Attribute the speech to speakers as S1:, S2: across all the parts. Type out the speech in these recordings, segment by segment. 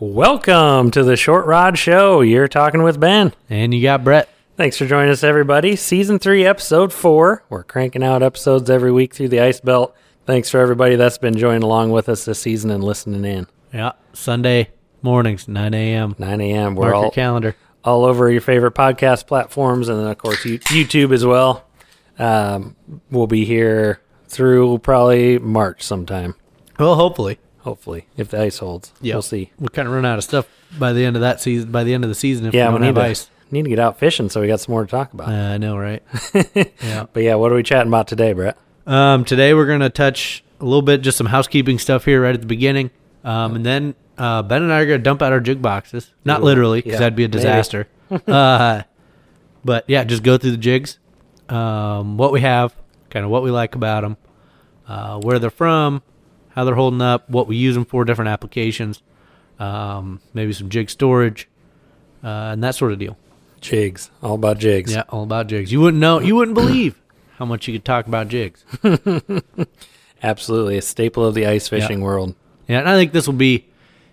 S1: Welcome to the Short Rod Show. You're talking with Ben.
S2: And you got Brett.
S1: Thanks for joining us, everybody. Season three, episode four. We're cranking out episodes every week through the ice belt. Thanks for everybody that's been joining along with us this season and listening in.
S2: Yeah. Sunday mornings, 9 a.m.
S1: 9 a.m. We're
S2: Mark your
S1: all,
S2: calendar.
S1: all over your favorite podcast platforms, and then of course you, YouTube as well. Um, we'll be here through probably March sometime,
S2: Well, hopefully.
S1: hopefully, if the ice holds.
S2: Yeah.
S1: We'll see.
S2: We kind of run out of stuff by the end of that season. By the end of the season, if
S1: Yeah,
S2: we
S1: we
S2: don't
S1: need
S2: have
S1: to,
S2: ice.
S1: need to get out fishing, so we got some more to talk about.
S2: Uh, I know, right? yeah.
S1: But yeah, what are we chatting about today, Brett?
S2: Um, today we're gonna touch a little bit, just some housekeeping stuff here right at the beginning, um, and then uh, Ben and I are gonna dump out our jig boxes. Not
S1: Ooh,
S2: literally, because
S1: yeah,
S2: that'd be a
S1: maybe.
S2: disaster. uh, but yeah, just go through the jigs, um, what we have, kind of what we like about them, uh, where they're from, how they're holding up, what we use them for, different applications, um, maybe some jig storage, uh, and that sort of deal.
S1: Jigs, all about jigs.
S2: Yeah, all about jigs. You wouldn't know, you wouldn't believe how much you could talk about jigs.
S1: Absolutely, a staple of the ice fishing world.
S2: Yeah, and I think this will be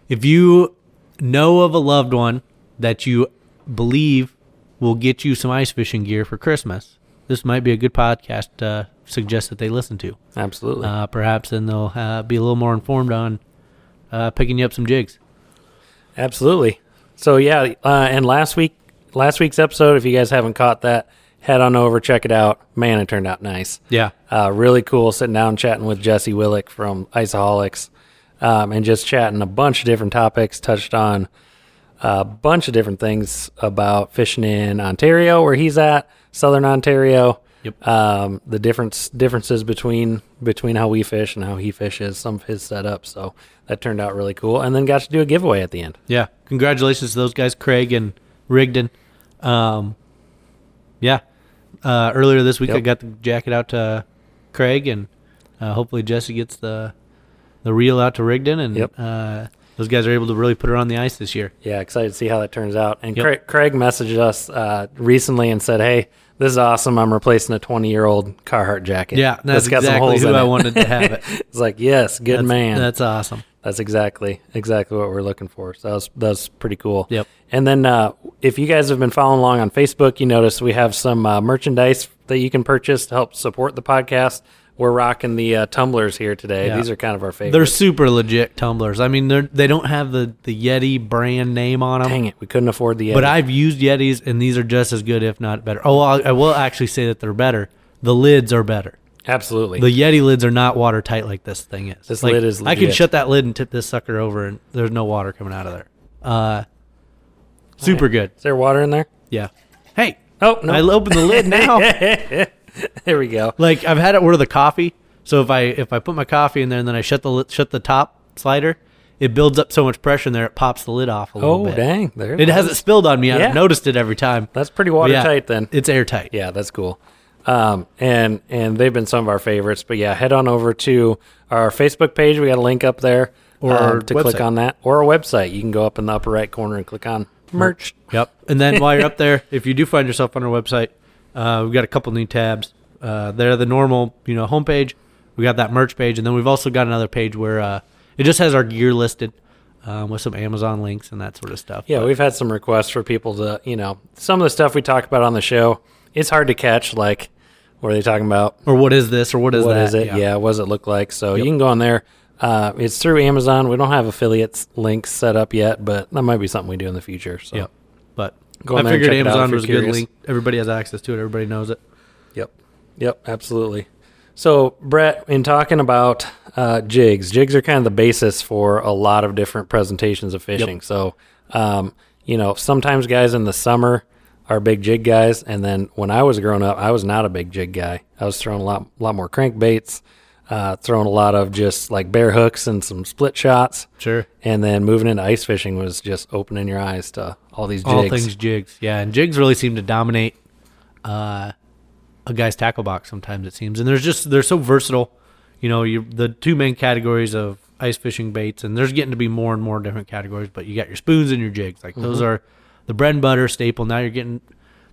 S2: if you know of a loved one that you believe will get you some ice fishing gear for Christmas, this might be a good podcast to uh, suggest that they listen to.
S1: Absolutely.
S2: Uh, perhaps then they'll uh, be a little more informed on uh, picking you up some jigs.
S1: Absolutely. So yeah, uh, and last week last week's episode, if you guys haven't caught that, head on over, check it out. Man, it turned out nice.
S2: Yeah.
S1: Uh, really cool sitting down chatting with Jesse Willick from Iceaholics um, and just chatting a bunch of different topics, touched on a bunch of different things about fishing in Ontario, where he's at, Southern Ontario.
S2: Yep.
S1: Um, the difference differences between between how we fish and how he fishes, some of his setup. So that turned out really cool, and then got to do a giveaway at the end.
S2: Yeah. Congratulations to those guys, Craig and Rigdon. Um, yeah. Uh, earlier this week, I
S1: Yep.
S2: got the jacket out to Craig, and uh, hopefully Jesse gets the the reel out to Rigdon, and
S1: Yep.
S2: uh, those guys are able to really put her on the ice this year.
S1: Yeah, excited to see how that turns out. And
S2: Yep.
S1: Craig, Craig messaged us uh, recently and said, "Hey, this is awesome. I'm replacing a 20 year old Carhartt jacket.
S2: Yeah, that's
S1: that's got some
S2: exactly
S1: holes
S2: who
S1: in
S2: I
S1: it."
S2: wanted to have it.
S1: It's like, yes, good
S2: That's-
S1: man. That's,
S2: that's awesome.
S1: exactly exactly what we're looking for. So that was that was pretty cool.
S2: Yep.
S1: And then uh, if you guys have been following along on Facebook, you notice we have some uh, merchandise that you can purchase to help support the podcast. We're rocking the uh, tumblers here today.
S2: Yeah.
S1: These are kind of our favorite.
S2: They're super legit tumblers. I mean, they're they don't have the the Yeti brand name on them.
S1: Dang it, we couldn't afford the.
S2: But
S1: edit.
S2: I've used Yetis, and these are just as good, if not better. Oh, I'll, I will actually say that they're better. The lids are better.
S1: absolutely
S2: The Yeti lids are not watertight like this thing is.
S1: This
S2: Like,
S1: lid is
S2: I can
S1: legit.
S2: shut that lid and tip this sucker over, and there's no water coming out of there. Uh, super good.
S1: is there water in there?
S2: Yeah. Hey,
S1: Oh no,
S2: I opened the lid now.
S1: there we go.
S2: like I've had it where the coffee. So if I if I put my coffee in there and then I shut the lid, shut the top slider, it builds up so much pressure in there it pops the lid off a little
S1: Oh
S2: bit.
S1: dang, there
S2: It hasn't spilled on me.
S1: Yeah.
S2: I've noticed it every time.
S1: That's pretty
S2: But yeah,
S1: watertight then.
S2: It's airtight.
S1: Yeah, that's cool. Um, and and they've been some of our favorites. But yeah, head on over to our Facebook page. We got a link up there, um,
S2: Or our
S1: to
S2: website.
S1: click on that, or our website. You can go up in the upper right corner and click on merch.
S2: Yep. And then while you're up there, if you do find yourself on our website, uh, we've got a couple new tabs. Uh, they're the normal, you know, homepage. We got that merch page, and then we've also got another page where uh, it just has our gear listed um, with some Amazon links and that sort of stuff.
S1: Yeah, we've had some requests for people to you know some of the stuff we talk about on the show. It's hard to catch. Like, what are they talking about?
S2: Or what is this? Or what is
S1: What
S2: that?
S1: is it? Yeah. what does it look like? So you can go on there. Uh, it's through Amazon. We don't have affiliates links set up yet, but that might be something we do in the future. So
S2: Yep. But
S1: Go on
S2: I
S1: there and
S2: figured
S1: check it out if
S2: Amazon
S1: you're
S2: was a good
S1: curious.
S2: link. Everybody has access to it. Everybody knows it.
S1: Yep. Yep. Absolutely. So, Brett, in talking about uh, jigs, jigs are kind of the basis for a lot of different presentations of fishing. So, um, you know, sometimes guys in the summer are big jig guys, and then when I was growing up, I was not a big jig guy. I was throwing a lot, lot more crankbaits, uh, throwing a lot of just like bare hooks and some split shots,
S2: Sure.
S1: and then moving into ice fishing was just opening your eyes to all these jigs.
S2: All things jigs. Yeah, and jigs really seem to dominate uh, a guy's tackle box sometimes it seems. And there's just they're so versatile. You know, you the two main categories of ice fishing baits and there's getting to be more and more different categories, but you got your spoons and your jigs. Like those are the bread and butter staple. Now you're getting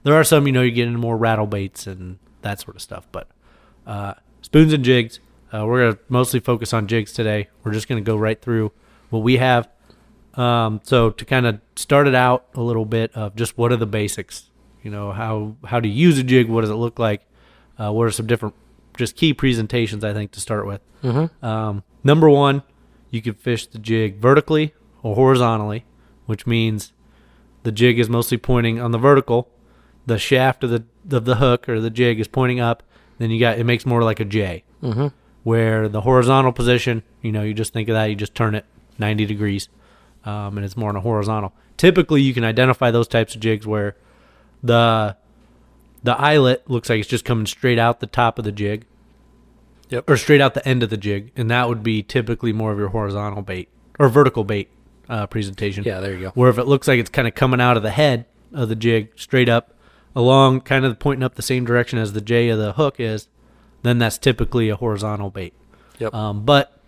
S2: there are some, you know, you're getting more rattle baits and that sort of stuff, but uh, spoons and jigs. Uh, we're gonna mostly focus on jigs today. We're just gonna go right through what we have, Um, so to kind of start it out a little bit of just what are the basics, you know, how how to use a jig, what does it look like, uh, what are some different just key presentations I think to start with.
S1: Mm-hmm.
S2: Um, number one, you can fish the jig vertically or horizontally, which means the jig is mostly pointing on the vertical. The shaft of the of the hook or the jig is pointing up. Then you got it makes more like a J,
S1: Mm-hmm.
S2: where the horizontal position, you know, you just think of that, you just turn it 90 degrees, um, and it's more on a horizontal. Typically, you can identify those types of jigs where the the eyelet looks like it's just coming straight out the top of the jig,
S1: Yep.
S2: or straight out the end of the jig, and that would be typically more of your horizontal bait or vertical bait uh, presentation.
S1: Yeah, there you go.
S2: Where if it looks like it's kind of coming out of the head of the jig straight up, along kind of pointing up the same direction as the J of the hook is, then that's typically a horizontal bait.
S1: Yep.
S2: Um, but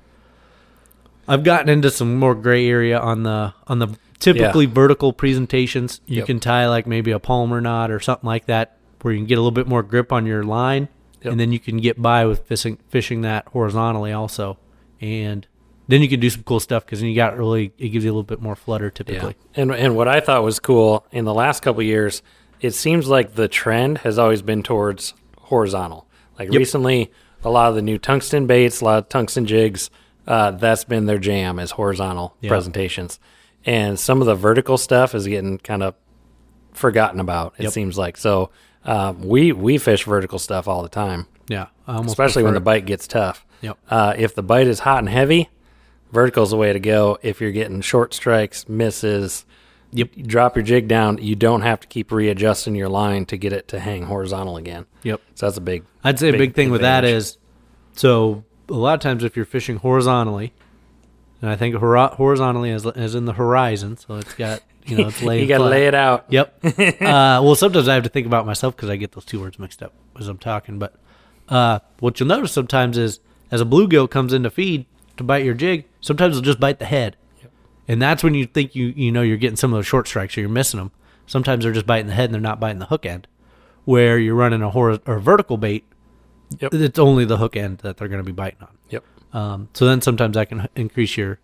S2: I've gotten into some more gray area on the on the typically vertical presentations. You
S1: Yep.
S2: can tie like maybe a palmer knot or something like that, where you can get a little bit more grip on your line,
S1: Yep.
S2: and then you can get by with fishing fishing that horizontally also, and then you can do some cool stuff because then you got really it gives you a little bit more flutter typically.
S1: Yeah. And and what I thought was cool in the last couple of years, it seems like the trend has always been towards horizontal. Like recently, a lot of the new tungsten baits, a lot of tungsten jigs, uh, that's been their jam is horizontal
S2: Yeah.
S1: presentations. And some of the vertical stuff is getting kind of forgotten about. It
S2: Yep.
S1: seems like so. Um, we we fish vertical stuff all the time,
S2: Yeah, I almost
S1: especially when the
S2: prefer
S1: bite gets tough.
S2: it. yep.
S1: Uh, if the bite is hot and heavy, vertical's the way to go. If you're getting short strikes, misses,
S2: Yep.
S1: you drop your jig down. You don't have to keep readjusting your line to get it to hang horizontal again.
S2: Yep.
S1: So that's a big.
S2: I'd say a
S1: big
S2: big thing with that
S1: advantage.
S2: is so a lot of times if you're fishing horizontally, and I think hori- horizontally is, is in the horizon, so it's got you know it's laid.
S1: you got to
S2: flat.
S1: lay it out.
S2: Yep. uh, well, sometimes I have to think about myself because I get those two words mixed up as I'm talking. But uh, what you'll notice sometimes is as a bluegill comes in to feed to bite your jig, sometimes it'll just bite the head, and that's when you think you you know you're getting some of those short strikes or you're missing them. Sometimes they're just biting the head and they're not biting the hook end, where you're running a hor- or vertical bait.
S1: Yep.
S2: It's only the hook end that they're going to be biting on.
S1: Yep.
S2: Um, so then sometimes I can h- increase your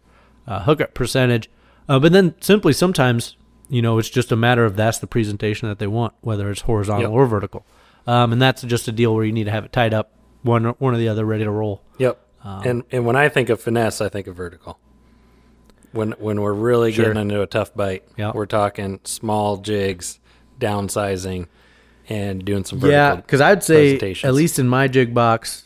S2: uh, hookup percentage. Uh, but then simply sometimes, you know, it's just a matter of that's the presentation that they want, whether it's horizontal
S1: Yep.
S2: or vertical. Um, and that's just a deal where you need to have it tied up, one or, one or the other, ready to roll.
S1: Yep.
S2: Um,
S1: and and when I think of finesse, I think of vertical. When when we're really
S2: Sure.
S1: getting into a tough bite,
S2: Yeah.
S1: we're talking small jigs, downsizing, and doing some vertical.
S2: yeah, because I'd say
S1: presentations.
S2: at least in my jig box,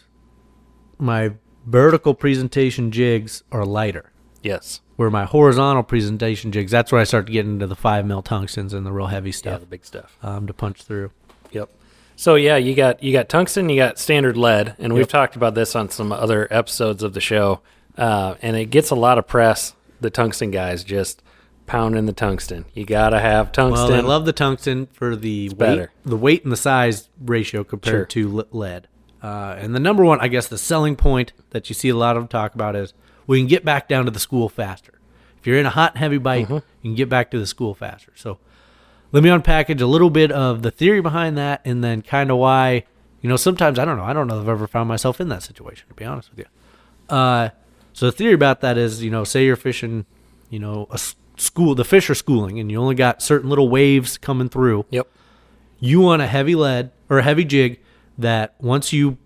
S2: my vertical presentation jigs are lighter.
S1: yes,
S2: Where my horizontal presentation jigs, that's where I start to get into the five mil tungstens and the real heavy
S1: yeah,
S2: stuff
S1: the big stuff.
S2: um, to punch through.
S1: Yep. So yeah, you got you got tungsten, you got standard lead, and we've
S2: Yep.
S1: talked about this on some other episodes of the show. Uh, and it gets a lot of press. The tungsten guys just pounding the tungsten. You gotta have
S2: Well,
S1: tungsten.
S2: I love the tungsten for the weight,
S1: better.
S2: the weight and the size ratio compared to to lead. Uh, and the number one, I guess, the selling point that you see a lot of talk about is we can get back down to the school faster. If you're in a hot and heavy bite,
S1: Mm-hmm.
S2: you can get back to the school faster. So let me unpackage a little bit of the theory behind that, and then kind of why. You know, sometimes I don't know. I don't know if I've ever found myself in that situation. To be honest with you. Uh, so the theory about that is, you know, say you're fishing, you know, a s- school, the fish are schooling, and you only got certain little waves coming through.
S1: yep.
S2: You want a heavy lead or a heavy jig that once you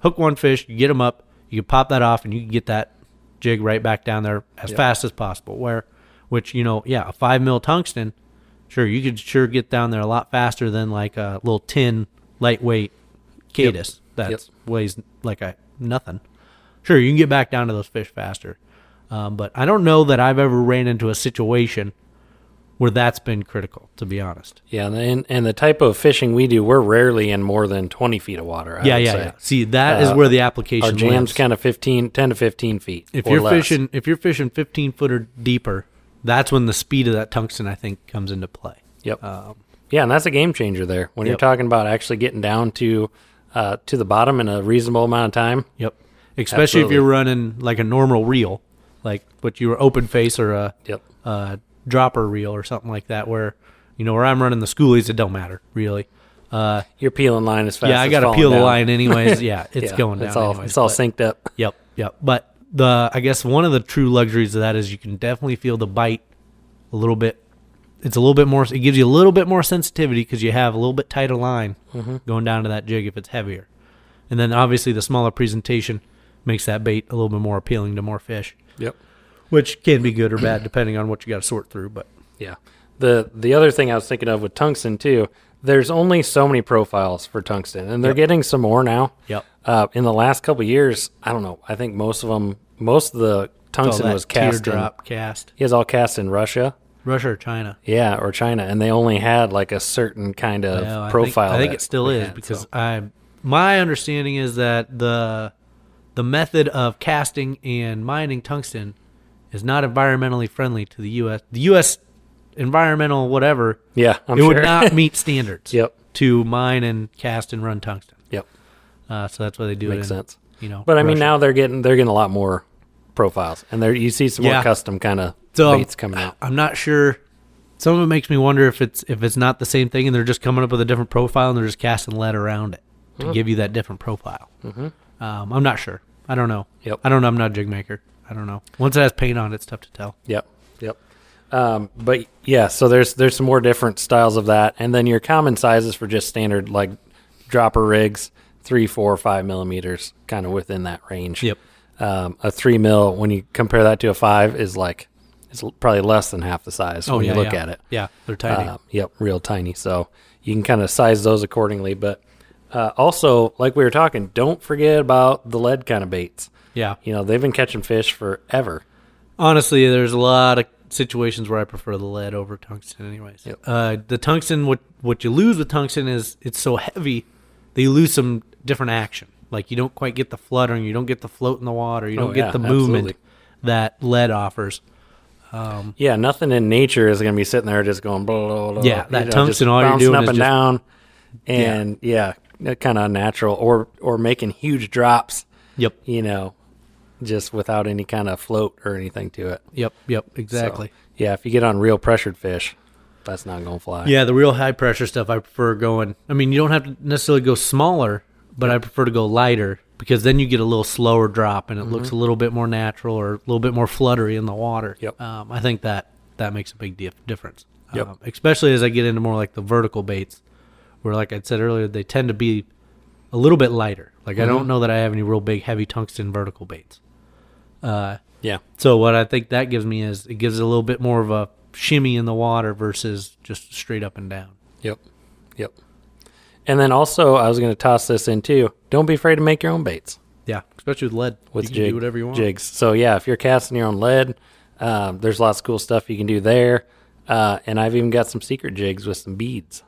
S2: hook one fish, you get them up, you can pop that off, and you can get that jig right back down there as fast as possible. Where, which you know, yeah, a five mil tungsten, sure you could sure get down there a lot faster than like a little tin lightweight Cadus that
S1: Yep.
S2: weighs like a nothing. Sure, you can get back down to those fish faster, um, but I don't know that I've ever ran into a situation where that's been critical. To be honest.
S1: Yeah, and, and and the type of fishing we do, we're rarely in more than twenty feet of water. I
S2: yeah,
S1: would
S2: yeah,
S1: say.
S2: yeah. See, that is
S1: Uh,
S2: where the
S1: Our
S2: application
S1: jam's
S2: lives.
S1: kind of 15, 10 to fifteen feet.
S2: if
S1: or
S2: you're
S1: less.
S2: fishing, if you're fishing 15 footer deeper, that's when the speed of that tungsten, I think, comes into play.
S1: Yep. yeah, and that's a game changer there. When you're
S2: uh, Yep.
S1: talking about actually getting down to uh, to the bottom in a reasonable amount of time.
S2: Yep. Especially if
S1: Absolutely.
S2: you're running like a normal reel, like what you were open face or a
S1: Yep.
S2: uh, dropper reel or something like that, where you know where I'm running the schoolies, it don't matter really. Uh,
S1: You're peeling line as fast.
S2: yeah, I
S1: as
S2: got to
S1: falling
S2: peel the
S1: down.
S2: line anyways. Yeah, it's
S1: Yeah,
S2: going down.
S1: It's all
S2: anyways,
S1: it's all
S2: but-
S1: synced up.
S2: Yep, yep. But the I guess one of the true luxuries of that is you can definitely feel the bite a little bit. It's a little bit more. It gives you a little bit more sensitivity because you have a little bit tighter line
S1: Mm-hmm.
S2: going down to that jig if it's heavier, and then obviously the smaller presentation makes that bait a little bit more appealing to more fish,
S1: Yep.
S2: which can be good or bad depending on what you got to sort through. But
S1: Yeah. The the other thing I was thinking of with tungsten too, there's only so many profiles for tungsten, and they're
S2: Yep.
S1: getting some more now.
S2: Yep.
S1: Uh, in the last couple of years, I don't know. I think most of them, most of the
S2: all
S1: tungsten
S2: that
S1: was cast. In,
S2: teardrop cast,
S1: he was all cast in Russia,
S2: Russia or China.
S1: yeah, or China, and they only had like a certain kind of
S2: No, I think-
S1: profile.
S2: I think,
S1: that
S2: it still
S1: they
S2: is
S1: had,
S2: because
S1: so.
S2: I my understanding is that the the method of casting and mining tungsten is not environmentally friendly to the U.S. The U.S. environmental whatever
S1: yeah, I'm
S2: it
S1: sure.
S2: would not meet standards.
S1: Yep.
S2: To mine and cast and run tungsten,
S1: yep,
S2: uh, so that's why they do it.
S1: makes
S2: in,
S1: sense.
S2: You know,
S1: But I mean,
S2: Russia.
S1: now they're getting they're getting a lot more profiles, and there you see some
S2: Yeah.
S1: more custom kind of
S2: So,
S1: baits coming out.
S2: I'm not sure. Some of it makes me wonder if it's if it's not the same thing, and they're just coming up with a different profile, and they're just casting lead around it to
S1: Hmm.
S2: give you that different profile. Mm-hmm. Um, I'm not sure. I don't know.
S1: Yep.
S2: I don't know. I'm not a jig maker. I don't know. Once it has paint on, it, it's tough to tell.
S1: Yep. Yep. Um, but yeah, so there's there's some more different styles of that, and then your common sizes for just standard like dropper rigs, three, four, five millimeters, kind of within that range.
S2: Yep.
S1: Um, a three mil, when you compare that to a five, is like it's l- probably less than half the size when you look
S2: Oh, yeah.
S1: at it.
S2: Yeah, they're tiny.
S1: Uh, yep, real tiny. So you can kind of size those accordingly. But uh, also, like we were talking, don't forget about the lead kind of baits.
S2: yeah.
S1: You know, they've been catching fish forever.
S2: Honestly, there's a lot of situations where I prefer the lead over tungsten. Anyways,
S1: Yep.
S2: uh, the tungsten, what what you lose with tungsten is it's so heavy that you lose some different action. Like you don't quite get the fluttering, you don't get the float in the water, you
S1: Oh,
S2: don't
S1: yeah,
S2: get the movement
S1: absolutely.
S2: that lead offers.
S1: Yeah, nothing in nature is going to be sitting there just going blah blah blah.
S2: Yeah,
S1: you
S2: that
S1: know,
S2: tungsten,
S1: just
S2: all you're
S1: bouncing
S2: doing
S1: up
S2: is
S1: and
S2: just-
S1: down, and yeah, kind of unnatural, or or making huge drops,
S2: Yep,
S1: you know, just without any kind of float or anything to it.
S2: yep, yep,
S1: So,
S2: exactly.
S1: yeah, if you get on real pressured fish, that's not going to fly.
S2: Yeah, the real high pressure stuff I prefer going. I mean, you don't have to necessarily go smaller, but I prefer to go lighter because then you get a little slower drop and it
S1: Mm-hmm.
S2: looks a little bit more natural or a little bit more fluttery in the water.
S1: Yep.
S2: Um, I think that that makes a big dif- difference.
S1: Yep.
S2: Um, especially as I get into more like the vertical baits, where like I said earlier, they tend to be a little bit lighter. Like I
S1: Mm-hmm.
S2: don't know that I have any real big heavy tungsten vertical baits. Uh,
S1: yeah,
S2: so what I think that gives me is it gives a little bit more of a shimmy in the water versus just straight up and down.
S1: yep, yep. And then also, I was going to toss this in too. Don't be afraid to make your own baits.
S2: Yeah, especially with lead.
S1: with
S2: you can
S1: jig,
S2: do whatever you want.
S1: jigs. So yeah, if you're casting your own lead, um, there's lots of cool stuff you can do there. Uh, and I've even got some secret jigs with some beads.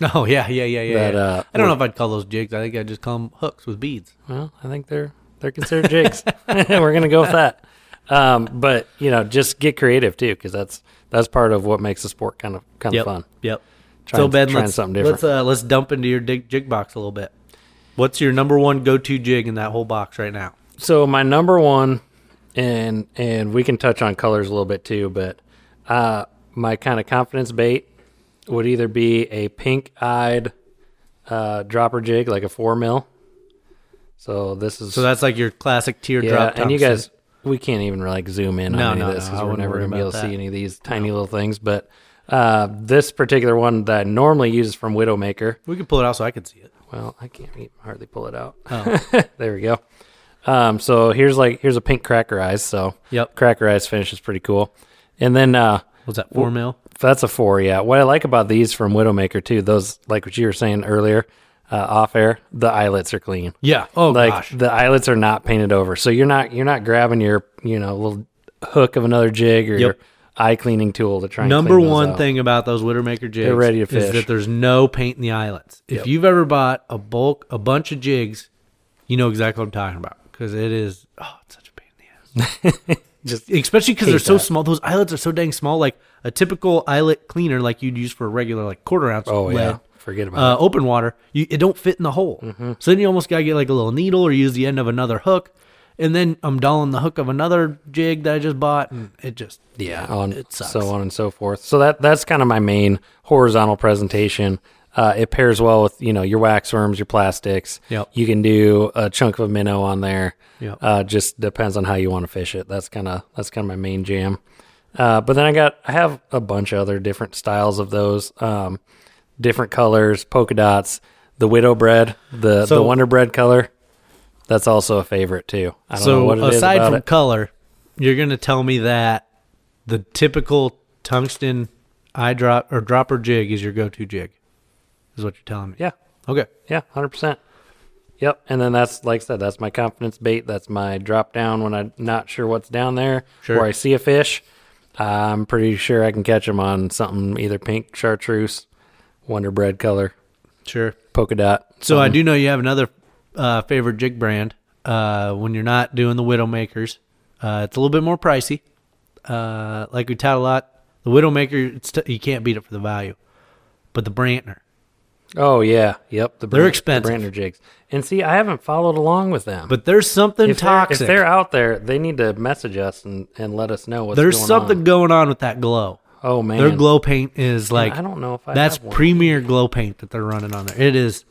S2: Oh yeah, yeah, yeah, yeah.
S1: That,
S2: yeah.
S1: uh,
S2: I don't know if I'd call those jigs. I think I'd just call them hooks with beads.
S1: Well, I think they're they're considered jigs. We're gonna go with that. Um, but you know, just get creative too, because that's that's part of what makes the sport kind of kind
S2: yep.
S1: of fun.
S2: Yep.
S1: Trying-
S2: so Ben,
S1: trying
S2: let's
S1: something different.
S2: let's uh, let's dump into your dig, jig box a little bit. What's your number one go-to jig in that whole box right now?
S1: so my number one and and we can touch on colors a little bit too but uh my kind of confidence bait would either be a pink eyed uh dropper jig like a four mil so this is
S2: So that's like your classic teardrop.
S1: and you guys
S2: Thompson.
S1: we can't even like zoom in
S2: No,
S1: on any
S2: no,
S1: of this
S2: no,
S1: because
S2: I
S1: we're
S2: wouldn't
S1: never
S2: worry
S1: gonna be able to
S2: about
S1: see
S2: that.
S1: any of these tiny little things but uh this particular one that i normally use from widowmaker
S2: we can pull it out so I can see it.
S1: well, I can't e- hardly pull it out.
S2: Oh.
S1: there we go. Um, so here's like here's a pink cracker eyes. So
S2: Yep.
S1: cracker eyes finish is pretty cool. And then uh,
S2: What's that four mil?
S1: that's a four. Yeah. What I like about these from Widowmaker too, those like what you were saying earlier uh, off air, the eyelets are clean.
S2: Yeah. Oh
S1: like
S2: gosh.
S1: the eyelets are not painted over, so you're not you're not grabbing your you know little hook of another jig or your eye cleaning tool to try. And
S2: Number
S1: clean those
S2: one
S1: out.
S2: thing about those Widowmaker jigs
S1: ready to
S2: is
S1: fish.
S2: that there's no paint in the eyelets. If you've ever bought a bulk, a bunch of jigs, you know exactly what I'm talking about because it is oh, it's such a pain in the ass. E,
S1: Just-
S2: especially because they're
S1: hate
S2: so
S1: that.
S2: small. Those eyelets are so dang small. Like a typical eyelet cleaner, like you'd use for a regular like quarter ounce.
S1: Oh
S2: lead,
S1: yeah, forget about
S2: Uh, open water, you, it don't fit in the hole.
S1: Mm-hmm.
S2: So then you almost gotta get like a little needle or use the end of another hook, and then I'm dolling the hook of another jig that I just bought, and it just
S1: yeah on
S2: it sucks.
S1: so on and so forth so that that's kind of my main horizontal presentation uh, it pairs well with you know your wax worms your plastics
S2: Yep.
S1: you can do a chunk of a minnow on there
S2: Yep.
S1: uh, just depends on how you want to fish it that's kind of that's kind of my main jam Uh, but then I got I have a bunch of other different styles of those, um, different colors, polka dots, the widow bread, the
S2: So-
S1: the wonder bread color. That's also a favorite too. I don't know
S2: So
S1: what it is
S2: aside
S1: about
S2: from
S1: it.
S2: color, you're gonna tell me that the typical tungsten eye drop or dropper jig is your go-to jig, is what you're telling me.
S1: yeah,
S2: Okay.
S1: yeah, hundred percent. Yep, and then that's like I said, that's my confidence bait. That's my drop down when I'm not sure what's down there,
S2: Sure.
S1: or I see a fish. I'm pretty sure I can catch them on something either pink, chartreuse, wonder bread color,
S2: Sure.
S1: polka dot.
S2: So I do know you have another uh, favorite jig brand. Uh, when you're not doing the Widowmakers, uh, it's a little bit more pricey. Uh, like we tout a lot, the Widowmaker, it's t- you can't beat it for the value. But the Brantner,
S1: Oh yeah, yep. The
S2: They're
S1: Brand-
S2: expensive.
S1: The Brandner jigs, and see, I haven't followed along with them.
S2: but there's something
S1: if they're, if
S2: toxic.
S1: they're out there, they need to message us and, and let us know what's
S2: there's
S1: going
S2: something
S1: On.
S2: going on with that glow.
S1: Oh man,
S2: Their glow paint is like
S1: I don't know if I
S2: that's
S1: have one.
S2: premier glow paint that they're running on there. It is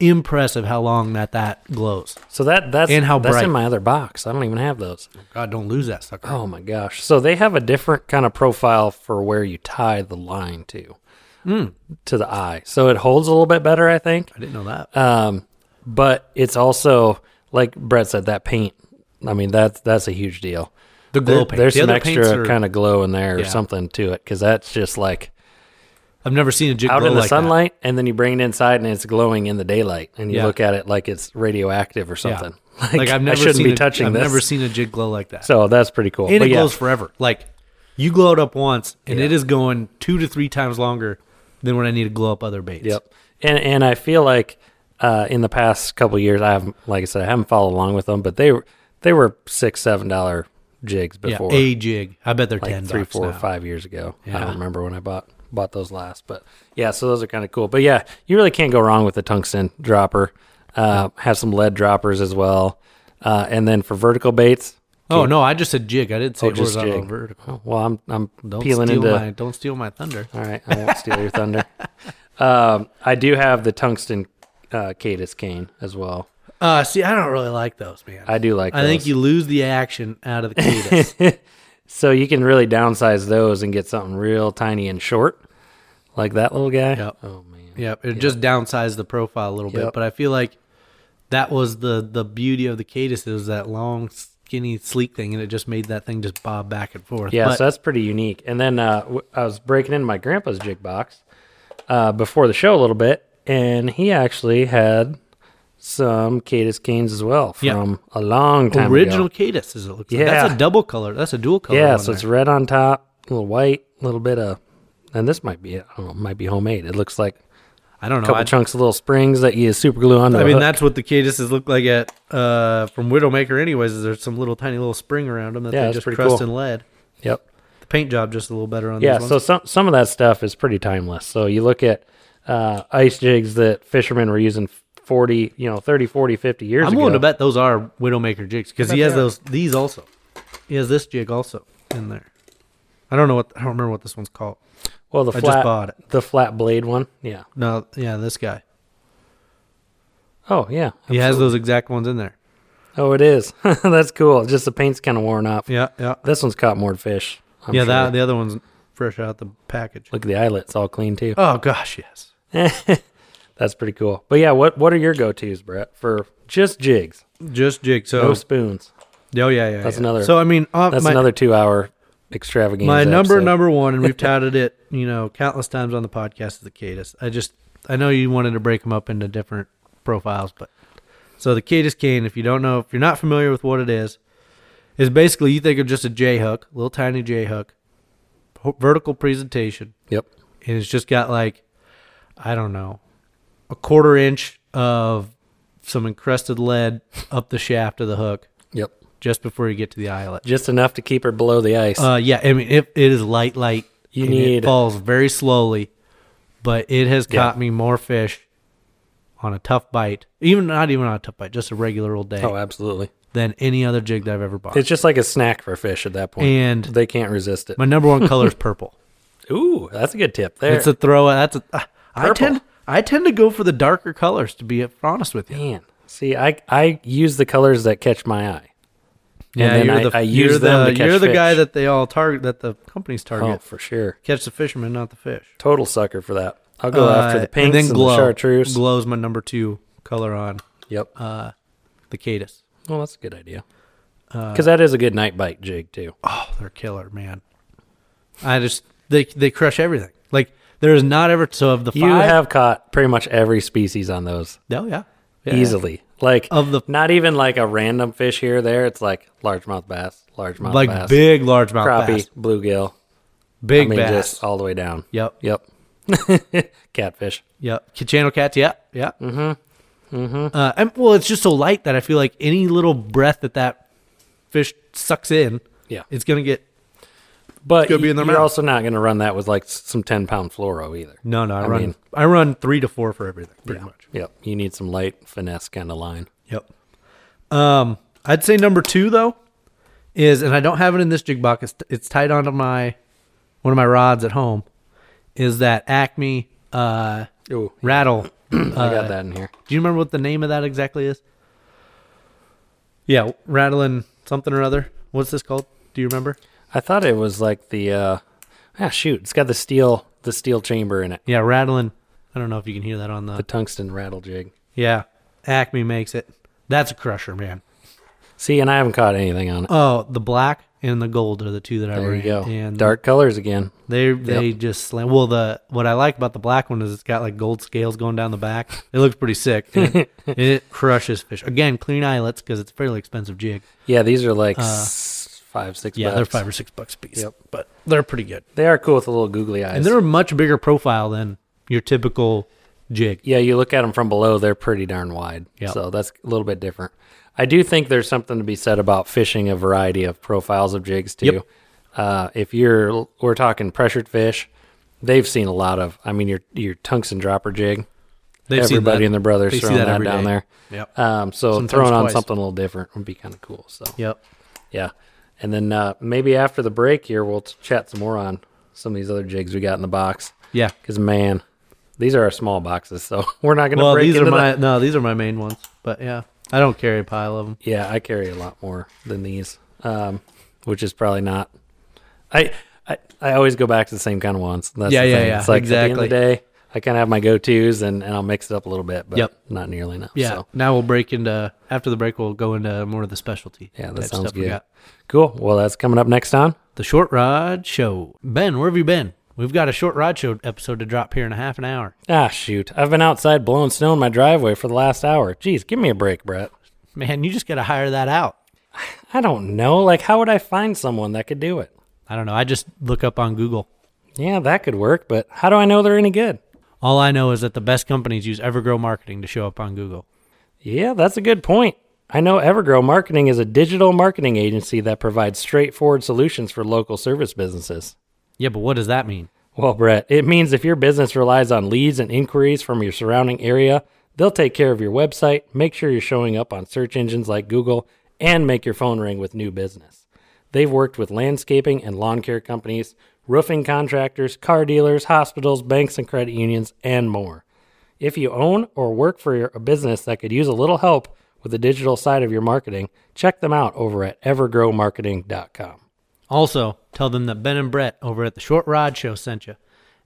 S2: impressive how long that that glows.
S1: So that that's
S2: and how
S1: that's
S2: bright.
S1: in my other box. I don't even have those.
S2: God, don't lose that sucker.
S1: Oh my gosh. So they have a different kind of profile for where you tie the line to
S2: Hmm.
S1: to the eye. So it holds a little bit better, I think.
S2: I didn't know that.
S1: Um, but it's also like Brett said, that paint. I mean, that's that's a huge deal.
S2: The glow
S1: There-
S2: paint.
S1: There's
S2: The
S1: some
S2: other paints
S1: extra
S2: are-
S1: kind of glow in there or
S2: Yeah.
S1: something to it because that's just like
S2: I've never seen a jig
S1: out
S2: glow
S1: in the
S2: like that.
S1: sunlight, and then you bring it inside and it's glowing in the daylight, and you
S2: Yeah.
S1: look at it like it's radioactive or
S2: Yeah.
S1: something.
S2: Like, I've never
S1: I shouldn't
S2: seen
S1: be
S2: a-
S1: touching
S2: I've
S1: this.
S2: never seen a jig glow like that.
S1: so that's pretty cool.
S2: and
S1: But
S2: it
S1: yeah,
S2: glows forever. Like you glow it up once, and it is going two to three times longer than when I need to glow up other baits.
S1: Yep. And and I feel like uh, in the past couple of years, I haven't, like I said, I haven't followed along with them, but they were they were six seven dollar jigs
S2: Yeah,
S1: before,
S2: a jig. I bet they're ten.
S1: like three,
S2: bucks
S1: four,
S2: now.
S1: five years ago. I
S2: Yeah.
S1: don't remember when I bought bought those last, but yeah, so those are kind of cool. But yeah, you really can't go wrong with the tungsten dropper. Uh, have some lead droppers as well, uh, and then for vertical baits.
S2: Oh no, I just said jig. I didn't say horizontal or
S1: jig.
S2: vertical.
S1: Oh, Well, I'm I'm
S2: Don't
S1: peeling
S2: steal
S1: into.
S2: my don't steal my thunder.
S1: All right, I won't steal your thunder. Um, I do have the tungsten uh, Cadus cane as well.
S2: Uh, see, I don't really like those, man.
S1: I do like.
S2: I think you lose the action out of the cadence.
S1: so you can really downsize those and get something real tiny and short, like that little guy.
S2: Yep.
S1: Oh man.
S2: Yep, it just downsized the profile a little bit,
S1: Yep.
S2: but I feel like that was the the beauty of the Cadus. It was that long, skinny, sleek thing, and it just made that thing just bob back and forth.
S1: Yeah,
S2: But-
S1: so that's pretty unique. And then uh, w- I was breaking into my grandpa's jig box uh, before the show a little bit, and he actually had some Cadus canes as well
S2: Yeah.
S1: from a long time ago.
S2: original Cadus as it looks. like. that's
S1: Yeah.
S2: a double color. That's a dual color.
S1: Yeah,
S2: one
S1: so it's
S2: there.
S1: red on top, a little white, a little bit of, and this might be it. I don't know, might be homemade. It looks like
S2: I don't
S1: a
S2: know.
S1: couple
S2: I,
S1: chunks of little springs that you super glue onto.
S2: I
S1: a
S2: mean,
S1: hook.
S2: that's what the Caduses look like at uh, from Widowmaker. Anyways, is there's some little tiny little spring around them that
S1: Yeah,
S2: they
S1: that's
S2: just
S1: pretty
S2: crust
S1: cool.
S2: and lead.
S1: yep.
S2: The paint job just a little better on
S1: Yeah,
S2: these
S1: so
S2: ones.
S1: some some of that stuff is pretty timeless. So you look at uh, ice jigs that fishermen were using 40, you know, 30, 40, 50 years
S2: I'm
S1: ago.
S2: willing to bet those are Widowmaker jigs because he has those these also. He has this jig also in there. I don't know what I don't remember what this one's called.
S1: Well, the
S2: I just
S1: flat
S2: bought it.
S1: the flat blade one. Yeah.
S2: No, yeah, this guy.
S1: Oh, yeah.
S2: He has those exact ones in there.
S1: Oh, it is. that's cool. Just the paint's kind of worn off.
S2: Yeah, yeah,
S1: This one's caught more fish. I'm
S2: yeah.
S1: sure.
S2: That the other one's fresh out the package.
S1: Look at the eyelets all clean too.
S2: Oh gosh, yes.
S1: That's pretty cool. But yeah, what what are your go tos, Brett, for just jigs,
S2: Just jig.
S1: no
S2: So
S1: spoons?
S2: oh yeah, yeah.
S1: That's
S2: yeah.
S1: another-
S2: So I mean, uh,
S1: That's
S2: my,
S1: another two hour extravaganza.
S2: my number
S1: episode.
S2: number one, and we've touted it, you know, countless times on the podcast is the Cadus. I just I know you wanted to break them up into different profiles, but so the Cadus cane, if you don't know, if you're not familiar with what it is, is basically you think of just a J hook, little tiny J hook, ho- vertical presentation,
S1: Yep.
S2: and it's just got like I don't know a quarter inch of some encrusted lead up the shaft of the hook
S1: Yep.
S2: just before you get to the eyelet.
S1: Just enough to keep her below the ice.
S2: Uh, yeah, I mean, it, it is light, light.
S1: You
S2: and it
S1: need-
S2: falls very slowly, but it has
S1: Yeah.
S2: caught me more fish on a tough bite, even not even on a tough bite, just a regular old day,
S1: oh, absolutely.
S2: than any other jig that I've ever bought.
S1: It's just like a snack for fish at that point.
S2: And-
S1: they can't resist it.
S2: My number one color is purple.
S1: Ooh, that's a good tip there.
S2: It's a throw. That's a. I- I
S1: Purple.
S2: tend I tend to go for the darker colors. To be honest with you,
S1: man. See, I I use the colors that catch my eye.
S2: Yeah,
S1: then
S2: you're
S1: I-
S2: the,
S1: I
S2: you're
S1: use
S2: the,
S1: them to catch
S2: You're the guy
S1: fish.
S2: that they all target, that the companies
S1: Oh,
S2: target.
S1: for sure.
S2: Catch the fisherman, not the fish.
S1: Total sucker for that. I'll go after
S2: Uh,
S1: the pinks and,
S2: then glow.
S1: the chartreuse.
S2: Glow's my number two color on
S1: Yep.
S2: uh, the Cadus.
S1: well, that's a good idea.
S2: uh,
S1: Because that is a good night bite jig too.
S2: Oh, they're killer, man. I just they they crush everything. Like there is not ever so of the
S1: You
S2: five.
S1: have caught pretty much every species on those
S2: oh yeah, Yeah.
S1: easily. Like
S2: Of the-
S1: not even like a random fish here or there. It's like largemouth bass, largemouth
S2: like
S1: bass,
S2: big largemouth
S1: crappie,
S2: bass,
S1: bluegill.
S2: big
S1: I mean,
S2: bass.
S1: just all the way down.
S2: yep,
S1: Yep. Catfish.
S2: yep. K- Channel cats. Yep, yep. Mm-hmm. Mm-hmm. Uh, and well, it's just so light that I feel like any little breath that that fish sucks in,
S1: Yeah.
S2: it's gonna get
S1: But
S2: gonna be in
S1: y-
S2: their
S1: you're
S2: mouth.
S1: also not going to run that with like s- some 10 pound fluoro either.
S2: no, no. I,
S1: I
S2: run
S1: mean-
S2: I run three to four for everything, pretty much.
S1: Yep. You need some light finesse kind of line.
S2: Yep. Um, I'd say number two though is, and I don't have it in this jig box. It's, it's tied onto my one of my rods at home. Is that Acme uh,
S1: Ooh,
S2: rattle?
S1: Oh.
S2: Uh,
S1: I got that in here.
S2: Do you remember what the name of that exactly is? Yeah, rattling something or other. What's this called? Do you remember?
S1: I thought it was like the uh ah shoot, it's got the steel the steel chamber in it.
S2: Yeah, rattling. I don't know if you can hear that on the.
S1: The tungsten rattle jig.
S2: yeah, Acme makes it. That's a crusher, man.
S1: See, and I haven't caught anything on it.
S2: Oh, the black and the gold are the two that I
S1: there
S2: ran.
S1: you go.
S2: And
S1: Dark colors again.
S2: They they just slam. Well, the what I like about the black one is it's got like gold scales going down the back. It looks pretty sick. and It, and it crushes fish. Again, clean eyelets because it's a fairly expensive jig.
S1: Yeah, these are like s- five, six
S2: Uh, Yeah,
S1: bucks.
S2: they're five or six bucks a piece.
S1: Yep.
S2: but they're pretty good.
S1: They are cool with a little googly eyes.
S2: And they're a much bigger profile than your typical jig.
S1: yeah, you look at them from below, they're pretty darn wide.
S2: Yep.
S1: So that's a little bit different. I do think there's something to be said about fishing a variety of profiles of jigs too.
S2: Yep.
S1: Uh, if you're we're talking pressured fish, they've seen a lot of. I mean, your your tungsten dropper jig.
S2: They've seen
S1: everybody
S2: that.
S1: and their brothers
S2: They see
S1: throwing
S2: that
S1: that,
S2: every
S1: down
S2: day.
S1: there.
S2: Yep.
S1: Um, so
S2: Sometimes
S1: throwing on
S2: twice.
S1: something a little different would be kind of cool. So
S2: Yep.
S1: yeah, and then uh, maybe after the break here, we'll t- chat some more on some of these other jigs we got in the box.
S2: Yeah.
S1: Because man, these are our small boxes, so we're not going to
S2: Well,
S1: break
S2: these are
S1: into
S2: my
S1: the-
S2: no, these are my main ones. But yeah, I don't carry a pile of them.
S1: Yeah, I carry a lot more than these, um, which is probably not. I, I I always go back to the same kind of ones. That's
S2: Yeah,
S1: the
S2: yeah,
S1: thing.
S2: yeah,
S1: It's like at the end
S2: exactly.
S1: of the day, I kind of have my go tos, and, and I'll mix it up a little bit, but
S2: Yep.
S1: not nearly enough.
S2: Yeah.
S1: So.
S2: Now we'll break into after the break. We'll go into more of the specialty.
S1: Yeah,
S2: type
S1: that sounds
S2: stuff we
S1: good.
S2: got.
S1: Cool. Well, that's coming up next on.
S2: The Short Rod Show. Ben, where have you been? We've got a Short Rod Show episode to drop here in a half an hour.
S1: Ah, shoot. I've been outside blowing snow in my driveway for the last hour. Jeez, give me a break, Brett.
S2: Man, you just got to hire that out.
S1: I don't know. Like, how would I find someone that could do it?
S2: I don't know. I just look up on Google.
S1: Yeah, that could work, but how do I know they're any good?
S2: All I know is that the best companies use Evergrow Marketing to show up on Google.
S1: Yeah, that's a good point. I know Evergrow Marketing is a digital marketing agency that provides straightforward solutions for local service businesses.
S2: Yeah, but what does that mean?
S1: Well, Brett, it means if your business relies on leads and inquiries from your surrounding area, they'll take care of your website, make sure you're showing up on search engines like Google, and make your phone ring with new business. They've worked with landscaping and lawn care companies, roofing contractors, car dealers, hospitals, banks and credit unions, and more. If you own or work for your, a business that could use a little help with the digital side of your marketing, check them out over at evergrowmarketing.com.
S2: Also, tell them that Ben and Brett over at the Short Rod Show sent you,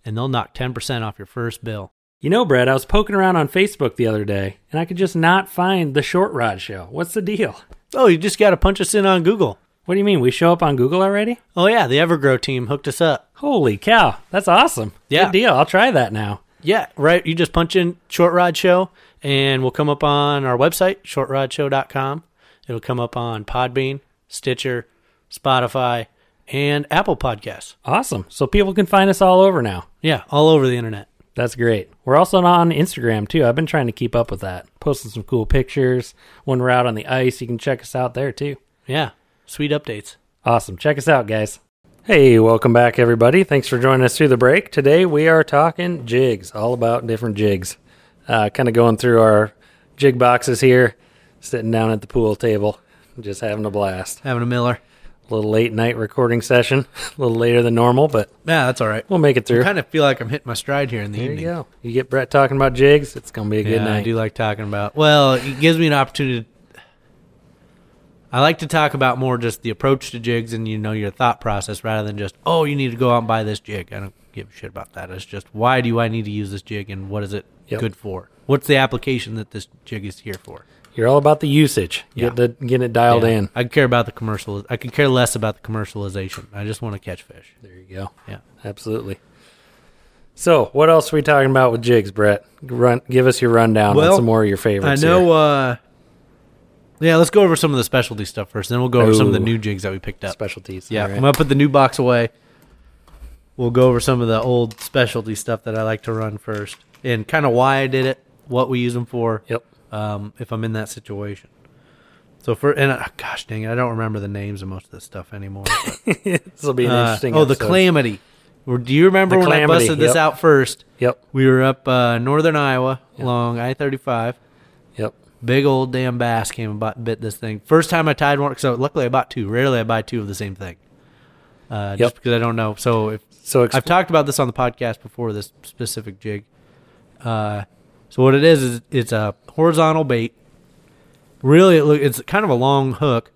S2: and they'll knock 10% off your first bill.
S1: You know, Brad, I was poking around on Facebook the other day and I could just not find the short rod show. What's the deal?
S2: Oh, you just got to punch us in on Google.
S1: What do you mean? We show up on Google already?
S2: Oh, yeah, the Evergrow team hooked us up.
S1: Holy cow. That's awesome.
S2: Yeah.
S1: Good deal. I'll try that now.
S2: Yeah, right. You just punch in Short Rod Show, and we'll come up on our website, shortrodshow.com. It'll come up on Podbean, Stitcher, Spotify, and Apple Podcasts.
S1: Awesome. So people can find us all over now.
S2: Yeah, all over the internet.
S1: That's great. We're also on Instagram too. I've been trying to keep up with that. Posting some cool pictures. When we're out on the ice, you can check us out there too.
S2: Yeah, sweet updates.
S1: Awesome. Check us out, guys. Hey, welcome back, everybody. Thanks for joining us through the break. Today we are talking jigs, all about different jigs. Uh, kind of going through our jig boxes here, sitting down at the pool table, just having a blast.
S2: Having a Miller.
S1: A little late night recording session, a little later than normal, but
S2: Yeah, that's all right.
S1: we'll make it through.
S2: kind of feel like I'm hitting my stride here in the
S1: There you
S2: evening.
S1: go. You get Brett talking about jigs, it's going to be a
S2: Yeah,
S1: good night.
S2: I do like talking about. Well, it gives me an opportunity. I like to talk about more just the approach to jigs and you know your thought process rather than just oh you need to go out and buy this jig. I don't give a shit about that. It's just why do I need to use this jig and what is it
S1: Yep.
S2: good for? What's the application that this jig is here for?
S1: You're all about the usage.
S2: Yeah.
S1: Get the getting it dialed
S2: Yeah.
S1: in.
S2: I care about the commercial. I could care less about the commercialization. I just want to catch fish.
S1: There you go.
S2: Yeah.
S1: Absolutely. So, what else are we talking about with jigs, Brett? Run, give us your rundown
S2: Well,
S1: on some more of your favorites.
S2: I know.
S1: here.
S2: uh Yeah, let's go over some of the specialty stuff first. Then we'll go over some of the
S1: Ooh.
S2: new jigs that we picked up.
S1: specialties.
S2: uh, Yeah,
S1: All right.
S2: I'm gonna put the new box away. We'll go over some of the old specialty stuff that I like to run first, and kind of why I did it, what we use them for.
S1: Yep.
S2: Um, if I'm in that situation. So for and uh, gosh dang it, I don't remember the names of most of this stuff anymore. but,
S1: This will be an
S2: uh,
S1: interesting.
S2: oh, the
S1: episode.
S2: calamity. Or do you remember
S1: The
S2: when I
S1: Calamity,
S2: busted this
S1: yep.
S2: out first?
S1: Yep.
S2: We were up uh, northern Iowa along I-35.
S1: Yep.
S2: Big old damn bass came and bought, bit this thing. First time I tied one, so luckily I bought two. Rarely I buy two of the same thing, uh,
S1: Yep.
S2: just because I don't know. So if
S1: So, exp-
S2: I've talked about this on the podcast before, this specific jig. Uh, so what it is is it's a horizontal bait. Really, it look it's kind of a long hook,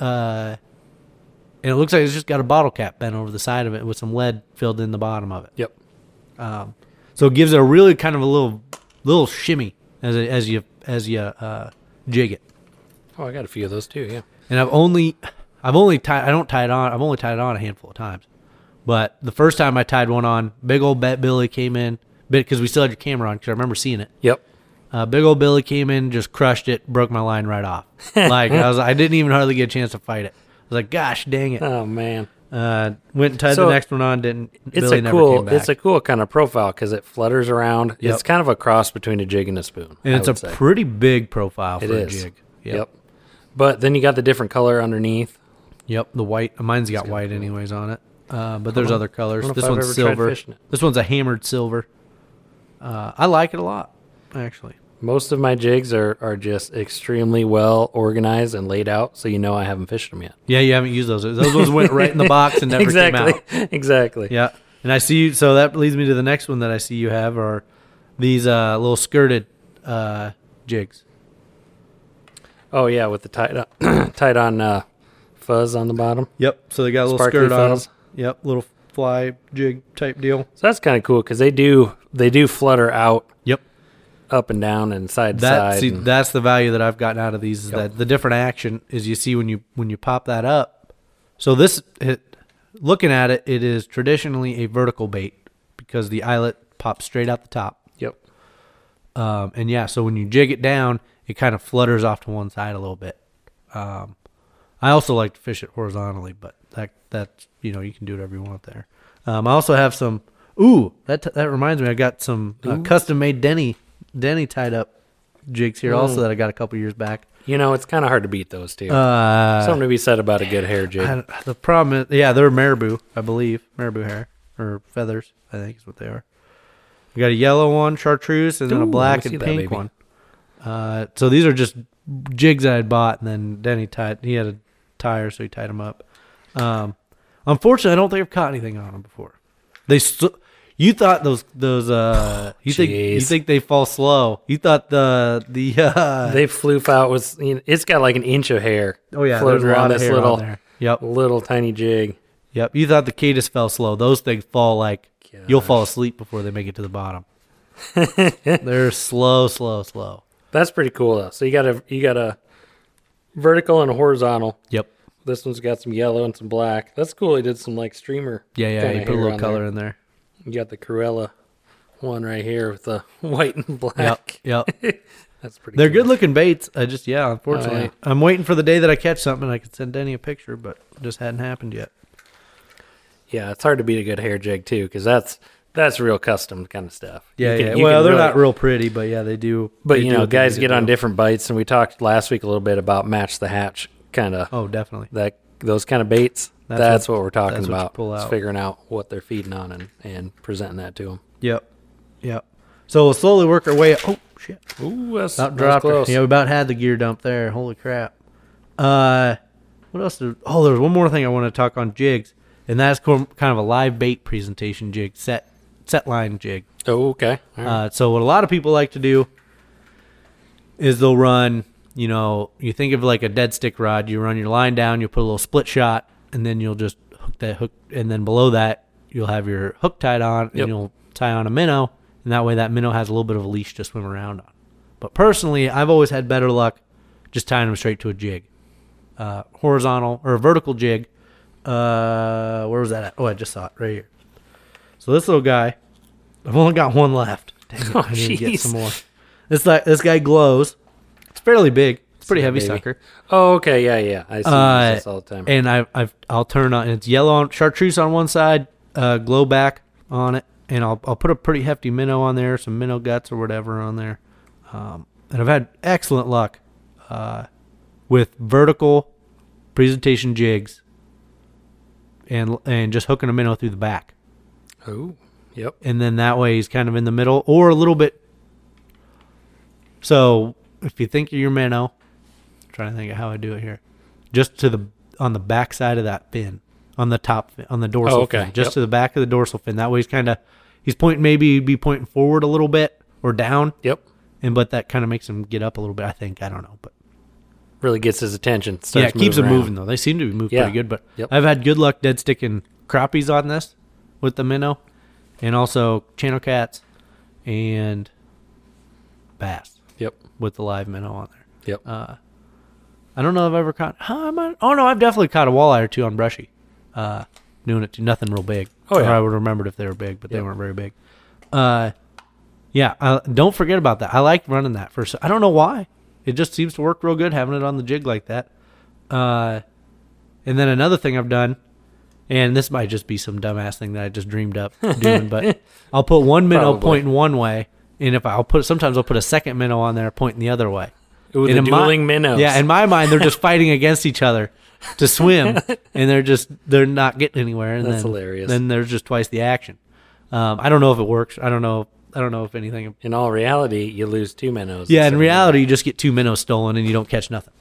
S2: uh, and it looks like it's just got a bottle cap bent over the side of it with some lead filled in the bottom of it.
S1: yep.
S2: Um, so it gives it a really kind of a little little shimmy as it, as you as you uh, jig it.
S1: Oh, I got a few of those too. Yeah.
S2: And I've only I've only tied I don't tie it on I've only tied it on a handful of times. But the first time I tied one on, big old Bat Billy came in bit because we still had your camera on because I remember seeing it.
S1: Yep.
S2: Uh, big old Billy came in, just crushed it, broke my line right off. Like I was I didn't even hardly get a chance to fight it. I was like, gosh dang it.
S1: Oh man,
S2: Uh, went and tied
S1: So,
S2: the next one on, didn't
S1: it's
S2: Billy
S1: a
S2: never came
S1: cool.
S2: back.
S1: It's a cool kind of profile because it flutters around.
S2: Yep.
S1: It's kind of a cross between a jig and a spoon.
S2: and
S1: I
S2: it's a
S1: would say.
S2: pretty big profile
S1: It
S2: for
S1: is.
S2: a jig.
S1: Yep. But then you got the different color underneath.
S2: Yep, the white. Mine's got white anyways on it. Uh, but there's
S1: know-
S2: other colors.
S1: I don't know
S2: This
S1: if I've
S2: one's
S1: ever tried
S2: silver.
S1: fishing it.
S2: This one's a hammered silver. Uh, I like it a lot, actually.
S1: Most of my jigs are, are just extremely well organized and laid out, so you know I haven't fished them yet.
S2: Yeah, you haven't used those. Those ones went right in the box and never
S1: exactly,
S2: came out.
S1: exactly.
S2: Yeah, and I see you. So that leads me to the next one that I see you have are these uh, little skirted uh, jigs.
S1: Oh yeah, with the tight on, tight on uh, fuzz on the bottom.
S2: Yep. So they got a little
S1: Sparkly
S2: skirt on. 'em.
S1: fuzz.
S2: Yep, little fly jig type deal.
S1: So that's kind of cool because they do they do flutter out
S2: Yep.
S1: up and down and side to
S2: that
S1: side.
S2: see,
S1: and-
S2: that's the value that I've gotten out of these is that the different action is you see when you when you pop that up. So this it, looking at it, it is traditionally a vertical bait because the eyelet pops straight out the top.
S1: yep.
S2: Um, and yeah, so when you jig it down, it kind of flutters off to one side a little bit. Um, I also like to fish it horizontally, but that that's you know you can do whatever you want there. Um, I also have some. Ooh, that that reminds me, I got some uh, custom made Denny Denny tied up jigs here also that I got a couple years back.
S1: You know it's kind of hard to beat those two.
S2: Uh,
S1: Something to be said about a good hair jig.
S2: I don't- the problem is, yeah, they're marabou, I believe, marabou hair or feathers, I think is what they are. You got a yellow one, chartreuse, and then
S1: Ooh,
S2: a
S1: I
S2: black
S1: wanna see
S2: and
S1: that
S2: pink
S1: baby.
S2: one. Uh, so these are just jigs I had bought, and then Denny tied. He had a tire, so he tied them up. Um, unfortunately, I don't think I've caught anything on them before. They, st- you thought those those uh, you think you
S1: Jeez.
S2: think they fall slow. You thought the the uh,
S1: they floof out with you know, it's got like an inch of hair.
S2: oh yeah,
S1: floating
S2: there's a lot
S1: around
S2: of
S1: this
S2: hair on
S1: little
S2: there. Yep,
S1: little tiny jig.
S2: Yep. You thought the cadus fell slow. Those things fall like you'll fall asleep before they make it to the bottom. They're slow, slow, slow.
S1: That's pretty cool though. So you got a you got a vertical and a horizontal.
S2: Yep.
S1: This one's got some yellow and some black. That's cool. He did some like streamer.
S2: Yeah, yeah.
S1: kinda
S2: You put a
S1: hair
S2: little
S1: on
S2: color
S1: there.
S2: in there.
S1: You got the Cruella one right here with the white and
S2: Yep.
S1: black.
S2: Yep.
S1: That's pretty.
S2: They're
S1: cool.
S2: good looking baits. I just yeah, unfortunately.
S1: Oh, yeah.
S2: I'm waiting for the day that I catch something I could send Denny a picture, but it just hadn't happened yet.
S1: Yeah, it's hard to beat a good hair jig too, because that's that's real custom kind of stuff. You
S2: Yeah,
S1: can-
S2: yeah.
S1: you
S2: Well,
S1: can
S2: they're
S1: really-
S2: not real pretty, but yeah, they do.
S1: But
S2: they
S1: you
S2: do
S1: know,
S2: what they
S1: guys
S2: need to
S1: get on
S2: do.
S1: different bites, and we talked last week a little bit about match the hatch kind of
S2: Oh, definitely.
S1: that those kind of baits.
S2: That's
S1: That's,
S2: what-
S1: what, we're talking
S2: that's what you
S1: about.
S2: pull
S1: is
S2: out.
S1: figuring out what they're feeding on and, and presenting that to them.
S2: Yep. Yep. So we'll slowly work our way. Oh shit.
S1: Ooh, that's,
S2: About dropped her. Yeah, we about had the gear dump there. Holy crap. Uh, what else? Did, oh, there's one more thing I want to talk on jigs, and that's cor- kind of a live bait presentation jig, set set line jig.
S1: Oh, okay. All right.
S2: Uh, so what a lot of people like to do is they'll run you know, you think of like a dead stick rod, you run your line down, you put a little split shot, and then you'll just hook that hook, and then below that, you'll have your hook tied on,
S1: Yep.
S2: and you'll tie on a minnow, and that way that minnow has a little bit of a leash to swim around on. But personally, I've always had better luck just tying them straight to a jig, uh, horizontal or a vertical jig. Uh, where was that at? Oh, I just saw it right here. So this little guy, I've only got one left. Dang it,
S1: Oh,
S2: I need to
S1: jeez.
S2: get some more. This like this guy glows. It's fairly big. It's a pretty
S1: See
S2: heavy
S1: it, baby.
S2: sucker.
S1: Oh, okay. Yeah, yeah. I see
S2: Uh,
S1: this all the time.
S2: And I I've, I'll turn on. It's yellow on chartreuse on one side, uh, glow back on it, and I'll I'll put a pretty hefty minnow on there, some minnow guts or whatever on there. Um, and I've had excellent luck uh, with vertical presentation jigs and and just hooking a minnow through the back
S1: oh, yep.
S2: and then that way he's kind of in the middle or a little bit. So if you think of your minnow, I'm trying to think of how I do it here, just to the on the back side of that fin, on the top fin, on the dorsal
S1: Oh, okay.
S2: fin, just
S1: Yep.
S2: to the back of the dorsal fin. That way he's kind of he's pointing maybe he'd be pointing forward a little bit or down,
S1: Yep.
S2: and but that kind of makes him get up a little bit. I think I don't know, but
S1: Really gets his attention.
S2: yeah,
S1: Starts
S2: it keeps them
S1: around.
S2: moving though. They seem to be moved
S1: Yeah.
S2: pretty good, but
S1: Yep.
S2: I've had good luck dead sticking crappies on this with the minnow, and also channel cats and bass
S1: Yep.
S2: with the live minnow on there.
S1: Yep.
S2: I don't know if I've ever caught. Huh, I might, oh no, I've definitely caught a walleye or two on brushy. Uh, doing it to nothing real big.
S1: Oh,
S2: Or
S1: yeah.
S2: I would have remembered if they were big, but they
S1: Yep.
S2: weren't very big. Uh, yeah. Uh, don't forget about that. I like running that for. s- I don't know why. It just seems to work real good having it on the jig like that. Uh, and then another thing I've done, and this might just be some dumbass thing that I just dreamed up doing, but I'll put one minnow
S1: Probably.
S2: pointing one way, and if I'll put sometimes I'll put a second minnow on there pointing the other way.
S1: Ooh, the
S2: And in my-
S1: dueling minnows.
S2: Yeah, in my mind, they're just fighting against each other to swim, and they're just they're not getting anywhere. And
S1: That's
S2: then,
S1: hilarious.
S2: Then there's just twice the action. Um, I don't know if it works. I don't know. I don't know if anything.
S1: in all reality, you lose two minnows.
S2: Yeah, in
S1: instead of
S2: reality, you just get two minnows stolen and you don't catch nothing.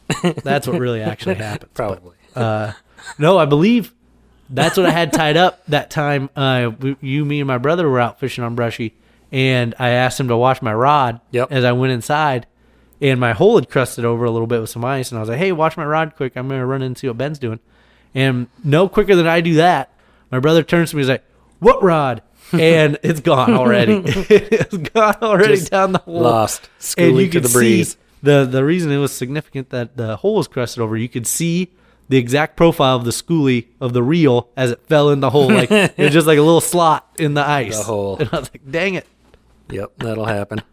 S2: That's what really actually happens.
S1: one. probably.
S2: Uh, no, I believe that's what I had tied up that time. Uh, we- you, me, and my brother were out fishing on Brushy, and I asked him to wash my rod
S1: Yep.
S2: as I went inside, and my hole had crusted over a little bit with some ice, and I was like, "Hey, wash my rod quick! I'm gonna run in and see what Ben's doing." And no quicker than I do that, my brother turns to me and he's like, "What rod?" and it's gone already. it's gone already
S1: Just
S2: down the hole
S1: Lost. Schooling to
S2: could
S1: the breeze.
S2: See the the reason it was significant that the hole was crested over, you could see the exact profile of the schoolie of the reel as it fell in the hole, like it was just like a little slot in the ice.
S1: The hole.
S2: And I was like, "Dang it!"
S1: Yep, that'll happen.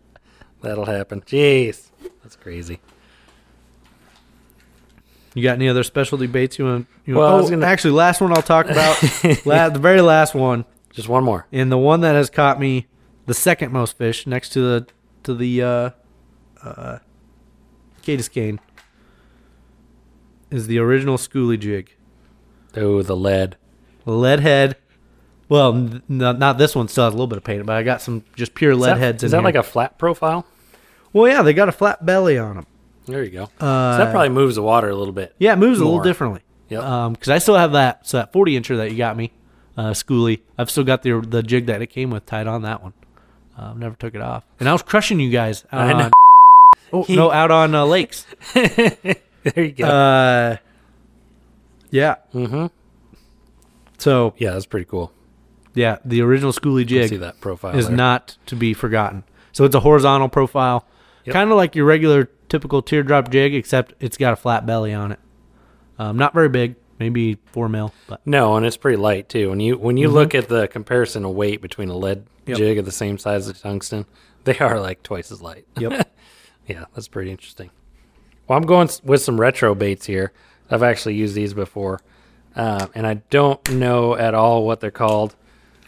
S1: that'll happen. Jeez, that's crazy.
S2: You got any other special debates you want? You
S1: Well, I
S2: want?
S1: was gonna-
S2: actually, last one I'll talk about, la- the very last one,
S1: Just one more.
S2: and the one that has caught me the second most fish, next to the to the uh, uh, Cadis cane, is the original schoolie jig.
S1: Oh, the lead.
S2: lead head. Well, n- n- not this one still has a little bit of paint, but I got some just pure lead
S1: is that,
S2: heads.
S1: Is
S2: in
S1: that like a flat profile?
S2: Well, yeah, they got a flat belly on them.
S1: There you go.
S2: Uh,
S1: so that probably moves the water a little bit.
S2: Yeah, it moves a
S1: More.
S2: little differently.
S1: Yep.
S2: because I still have that so that forty incher that you got me, uh, schoolie. I've still got the the jig that it came with tied on that one. Uh, never took it off, and I was crushing you guys. Out
S1: I know.
S2: on, oh no, out on uh, lakes.
S1: There you go.
S2: Uh, yeah.
S1: Mhm.
S2: So
S1: yeah, that's pretty cool.
S2: yeah, the original schoolie
S1: You
S2: jig.
S1: see that profile.
S2: is
S1: there.
S2: not to be forgotten. So it's a horizontal profile,
S1: Yep.
S2: kind of like your regular typical teardrop jig, except it's got a flat belly on it. Um, not very big, maybe four mil, but
S1: No, and it's pretty light too. When you when you look at the comparison of weight between a lead
S2: Mm-hmm. Yep.
S1: jig of the same size as tungsten, they are like twice as light.
S2: yep.
S1: Yeah, that's pretty interesting. Well, I'm going s- with some retro baits here. I've actually used these before, uh, and I don't know at all what they're called,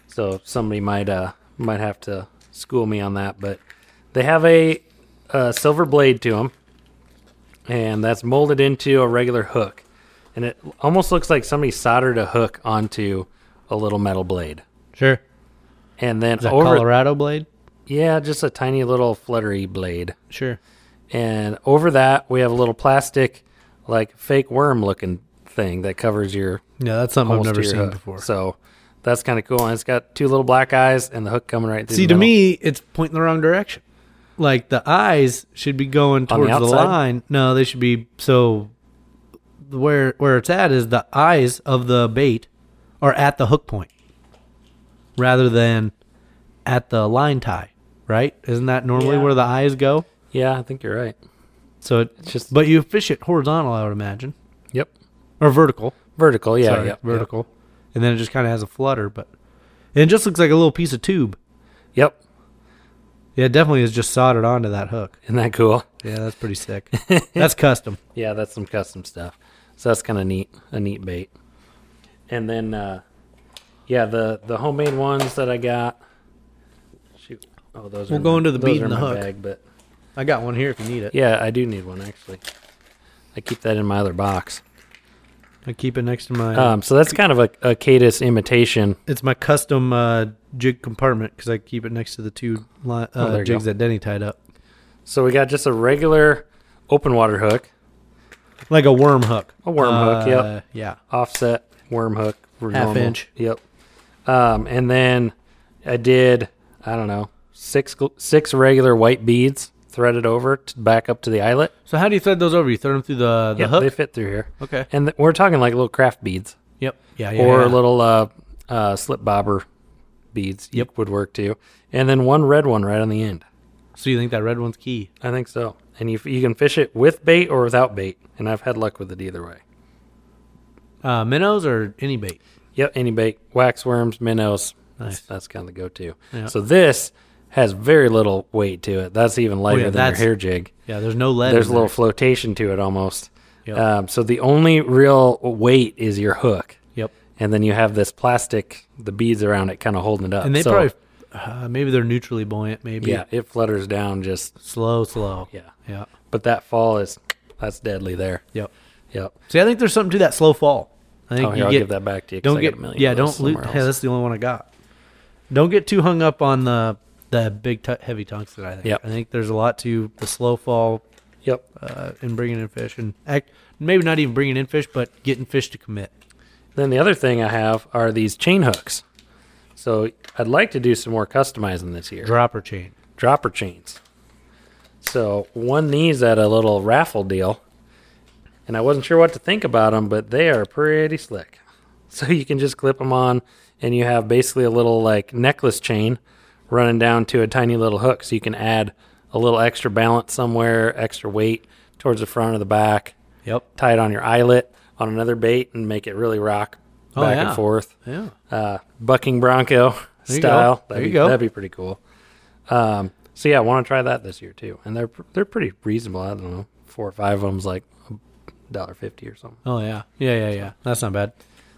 S1: so somebody might uh, might have to school me on that. But they have a, a silver blade to them, and that's molded into a regular hook, and it almost looks like somebody soldered a hook onto a little metal blade,
S2: sure.
S1: and then
S2: Is that
S1: over
S2: Colorado blade?
S1: yeah, just a tiny little fluttery blade.
S2: Sure.
S1: And over that, we have a little plastic, like fake worm looking thing that covers your.
S2: Yeah, that's something I've
S1: almost
S2: never
S1: your
S2: seen
S1: hook.
S2: before.
S1: So that's kind of cool. And it's got two little black eyes and the hook coming right through
S2: See,
S1: the
S2: to
S1: middle.
S2: me, it's pointing the wrong direction. like the eyes should be going
S1: the
S2: towards the,
S1: outside?
S2: line. No, they should be so where where it's at is the eyes of the bait are at the hook point rather than at the line tie, right? Isn't that normally
S1: Yeah.
S2: where the eyes go?
S1: Yeah, I think you're right.
S2: So it,
S1: It's just
S2: but you fish it horizontal, I would imagine,
S1: yep,
S2: or vertical.
S1: vertical. Yeah,
S2: sorry,
S1: yep,
S2: vertical. And then it just kind of has a flutter, but and it just looks like a little piece of tube.
S1: Yep. yep.
S2: Yeah, it definitely is just soldered onto that hook.
S1: Isn't that cool?
S2: Yeah, that's pretty sick. that's custom.
S1: Yeah, that's some custom stuff. So that's kind of neat, a neat bait. And then, uh, yeah, the the homemade ones that I got. Shoot, oh those.
S2: We'll
S1: are
S2: go
S1: my-
S2: into the
S1: those
S2: bead
S1: are
S2: and the
S1: my
S2: hook.
S1: Bag, but
S2: I got one here if you need it.
S1: yeah, I do need one actually. I keep that in my other box.
S2: I keep it next to my.
S1: Um, so that's kind of a, a Cadis imitation.
S2: it's my custom uh, jig compartment because I keep it next to the two li- uh,
S1: Oh, there you
S2: jigs
S1: go.
S2: that Denny tied up,
S1: So we got just a regular open water hook,
S2: like a worm hook.
S1: A worm hook, yep.
S2: Uh, Yeah.
S1: offset worm hook, for
S2: Half
S1: normal.
S2: inch.
S1: Yep. Um, and then I did I don't know six gl- six regular white beads threaded over to back up to the eyelet.
S2: So how do you thread those over? You thread them through the the
S1: Yep,
S2: hook.
S1: they fit through here.
S2: okay.
S1: And th- we're talking like little craft beads
S2: Yep. Yeah. yeah
S1: or
S2: yeah.
S1: little uh, uh, slip bobber beads.
S2: Yep.
S1: would work too. And then one red one right on the end.
S2: So you think that red one's key?
S1: I think so. And you you can fish it with bait or without bait, and I've had luck with it either way.
S2: Uh, minnows or any bait?
S1: Yep, any bait, wax worms, minnows.
S2: Nice.
S1: That's, that's kind of the go-to.
S2: Yeah.
S1: So this has very little weight to it. That's even lighter
S2: Oh, yeah,
S1: than
S2: that's-
S1: your hair jig.
S2: Yeah. There's no lead.
S1: There's a
S2: in
S1: little
S2: there.
S1: flotation to it almost.
S2: Yep.
S1: Um, so the only real weight is your hook,
S2: Yep.
S1: and then you have this plastic, the beads around it, kind of holding it up.
S2: And they
S1: So,
S2: probably uh, maybe they're neutrally buoyant. Maybe.
S1: yeah, it flutters down just
S2: Slow, slow.
S1: yeah.
S2: Yeah.
S1: But that fall is that's deadly there.
S2: Yep.
S1: Yep.
S2: See, I think there's something to that slow fall. I think
S1: Oh,
S2: you
S1: here, I'll
S2: get
S1: give that back to you. 'cause
S2: don't
S1: I got
S2: get
S1: a million
S2: yeah
S1: of those
S2: don't loot
S1: somewhere
S2: hey
S1: else.
S2: that's the only one i got don't get too hung up on the the big tu heavy tungsten i think
S1: Yep.
S2: i think there's a lot to the slow fall
S1: Yep.
S2: uh, in bringing in fish and act maybe not even bringing in fish but getting fish to commit
S1: Then the other thing I have are these chain hooks. So I'd like to do some more customizing this year.
S2: dropper chain
S1: Dropper chains. So won these at a little raffle deal, and I wasn't sure what to think about them, but they are pretty slick. So you can just clip them on, and you have basically a little like necklace chain running down to a tiny little hook. So you can add a little extra balance somewhere, extra weight towards the front or the back
S2: yep
S1: tie it on your eyelet on another bait and make it really rock
S2: Oh,
S1: back
S2: yeah.
S1: and forth.
S2: yeah
S1: Uh, bucking bronco
S2: you go.
S1: style.
S2: There
S1: That'd
S2: you
S1: be,
S2: go.
S1: That'd be pretty cool. Um, so yeah, I want to try that this year too, and they're pr- they're pretty reasonable. I don't know, four or five of them's like dollar fifty or something.
S2: oh yeah yeah yeah yeah that's not bad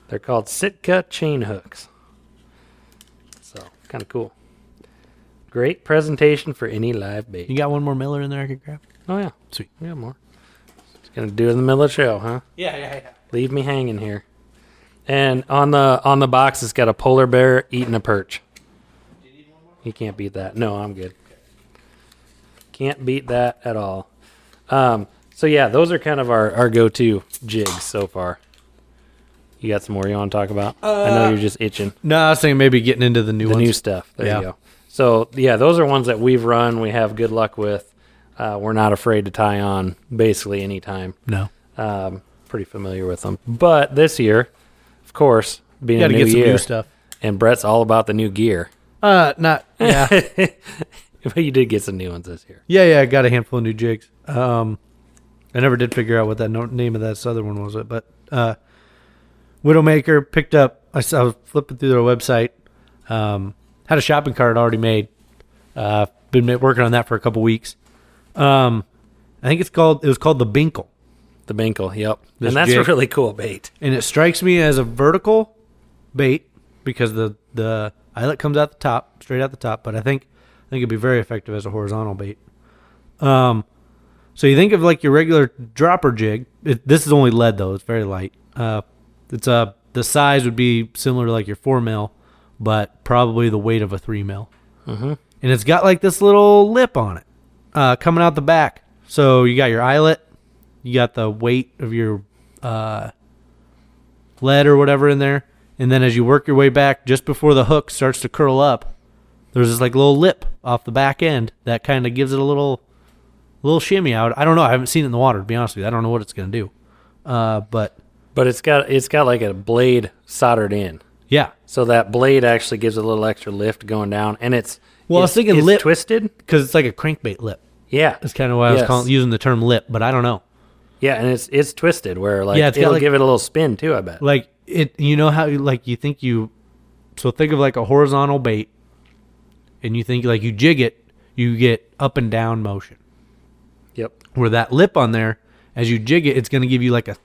S1: They're called Sitka chain hooks. So kind of cool. Great presentation for any live bait.
S2: you got one more miller in there i could grab
S1: oh yeah,
S2: Sweet.
S1: We got more. Just gonna do it in the middle of the show, huh?
S2: yeah yeah yeah
S1: Leave me hanging here. And on the on the box, it's got a polar bear eating a perch. You can't beat that. No, I'm good. Can't beat that at all. Um, so yeah, those are kind of our, our go-to jigs so far. You got some more you want to talk about? I
S2: Uh,
S1: know you're just itching
S2: no i was saying maybe getting into the new
S1: the
S2: ones
S1: new stuff. There
S2: Yeah.
S1: you go. So yeah, those are ones that we've run. We have good luck with. Uh, we're not afraid to tie on basically any time
S2: no
S1: um, pretty familiar with them. But this year, of course, being
S2: you
S1: a
S2: gotta
S1: new
S2: get some
S1: year,
S2: new stuff
S1: and Brett's all about the new gear.
S2: uh not yeah
S1: but you did get some new ones this year.
S2: Yeah, yeah, I got a handful of new jigs. Um, I never did figure out what that no- name of that other one was, but uh, Widowmaker picked up. I, s- I was flipping through their website. Um, had a shopping cart already made. Uh, been ma- working on that for a couple weeks. Um, I think it's called. It was called the Binkle,
S1: The Binkle, yep.
S2: This
S1: and that's a
S2: jig.
S1: really cool bait.
S2: and it strikes me as a vertical bait because the the eyelet comes out the top, straight out the top. But I think I think it'd be very effective as a horizontal bait. Um, so you think of like your regular dropper jig. It, this is only lead though; it's very light. Uh, it's uh the size would be similar to like your four mil, but probably the weight of a three mil. And it's got like this little lip on it, uh, coming out the back. So you got your eyelet, you got the weight of your uh, lead or whatever in there, and then as you work your way back, just before the hook starts to curl up, there's this like little lip off the back end that kind of gives it a little little shimmy out. I don't know. I haven't seen it in the water to be honest with you. I don't know what it's gonna do. Uh, but
S1: But it's got it's got like a blade soldered in.
S2: yeah,
S1: So that blade actually gives a little extra lift going down, and it's
S2: Well, I was
S1: it's-
S2: thinking
S1: it's
S2: lip-
S1: twisted.
S2: because it's like a crankbait lip.
S1: Yeah,
S2: That's kind of why I was
S1: Yes.
S2: calling, using the term lip, but I don't know.
S1: yeah, and it's it's twisted where like
S2: Yeah, it's got,
S1: it'll
S2: like-
S1: give it a little spin too. I bet.
S2: Like it, you know how like you think you. So think of like a horizontal bait, and you think like you jig it, you get up and down motion.
S1: Yep.
S2: where that lip on there, as you jig it, it's going to give you like a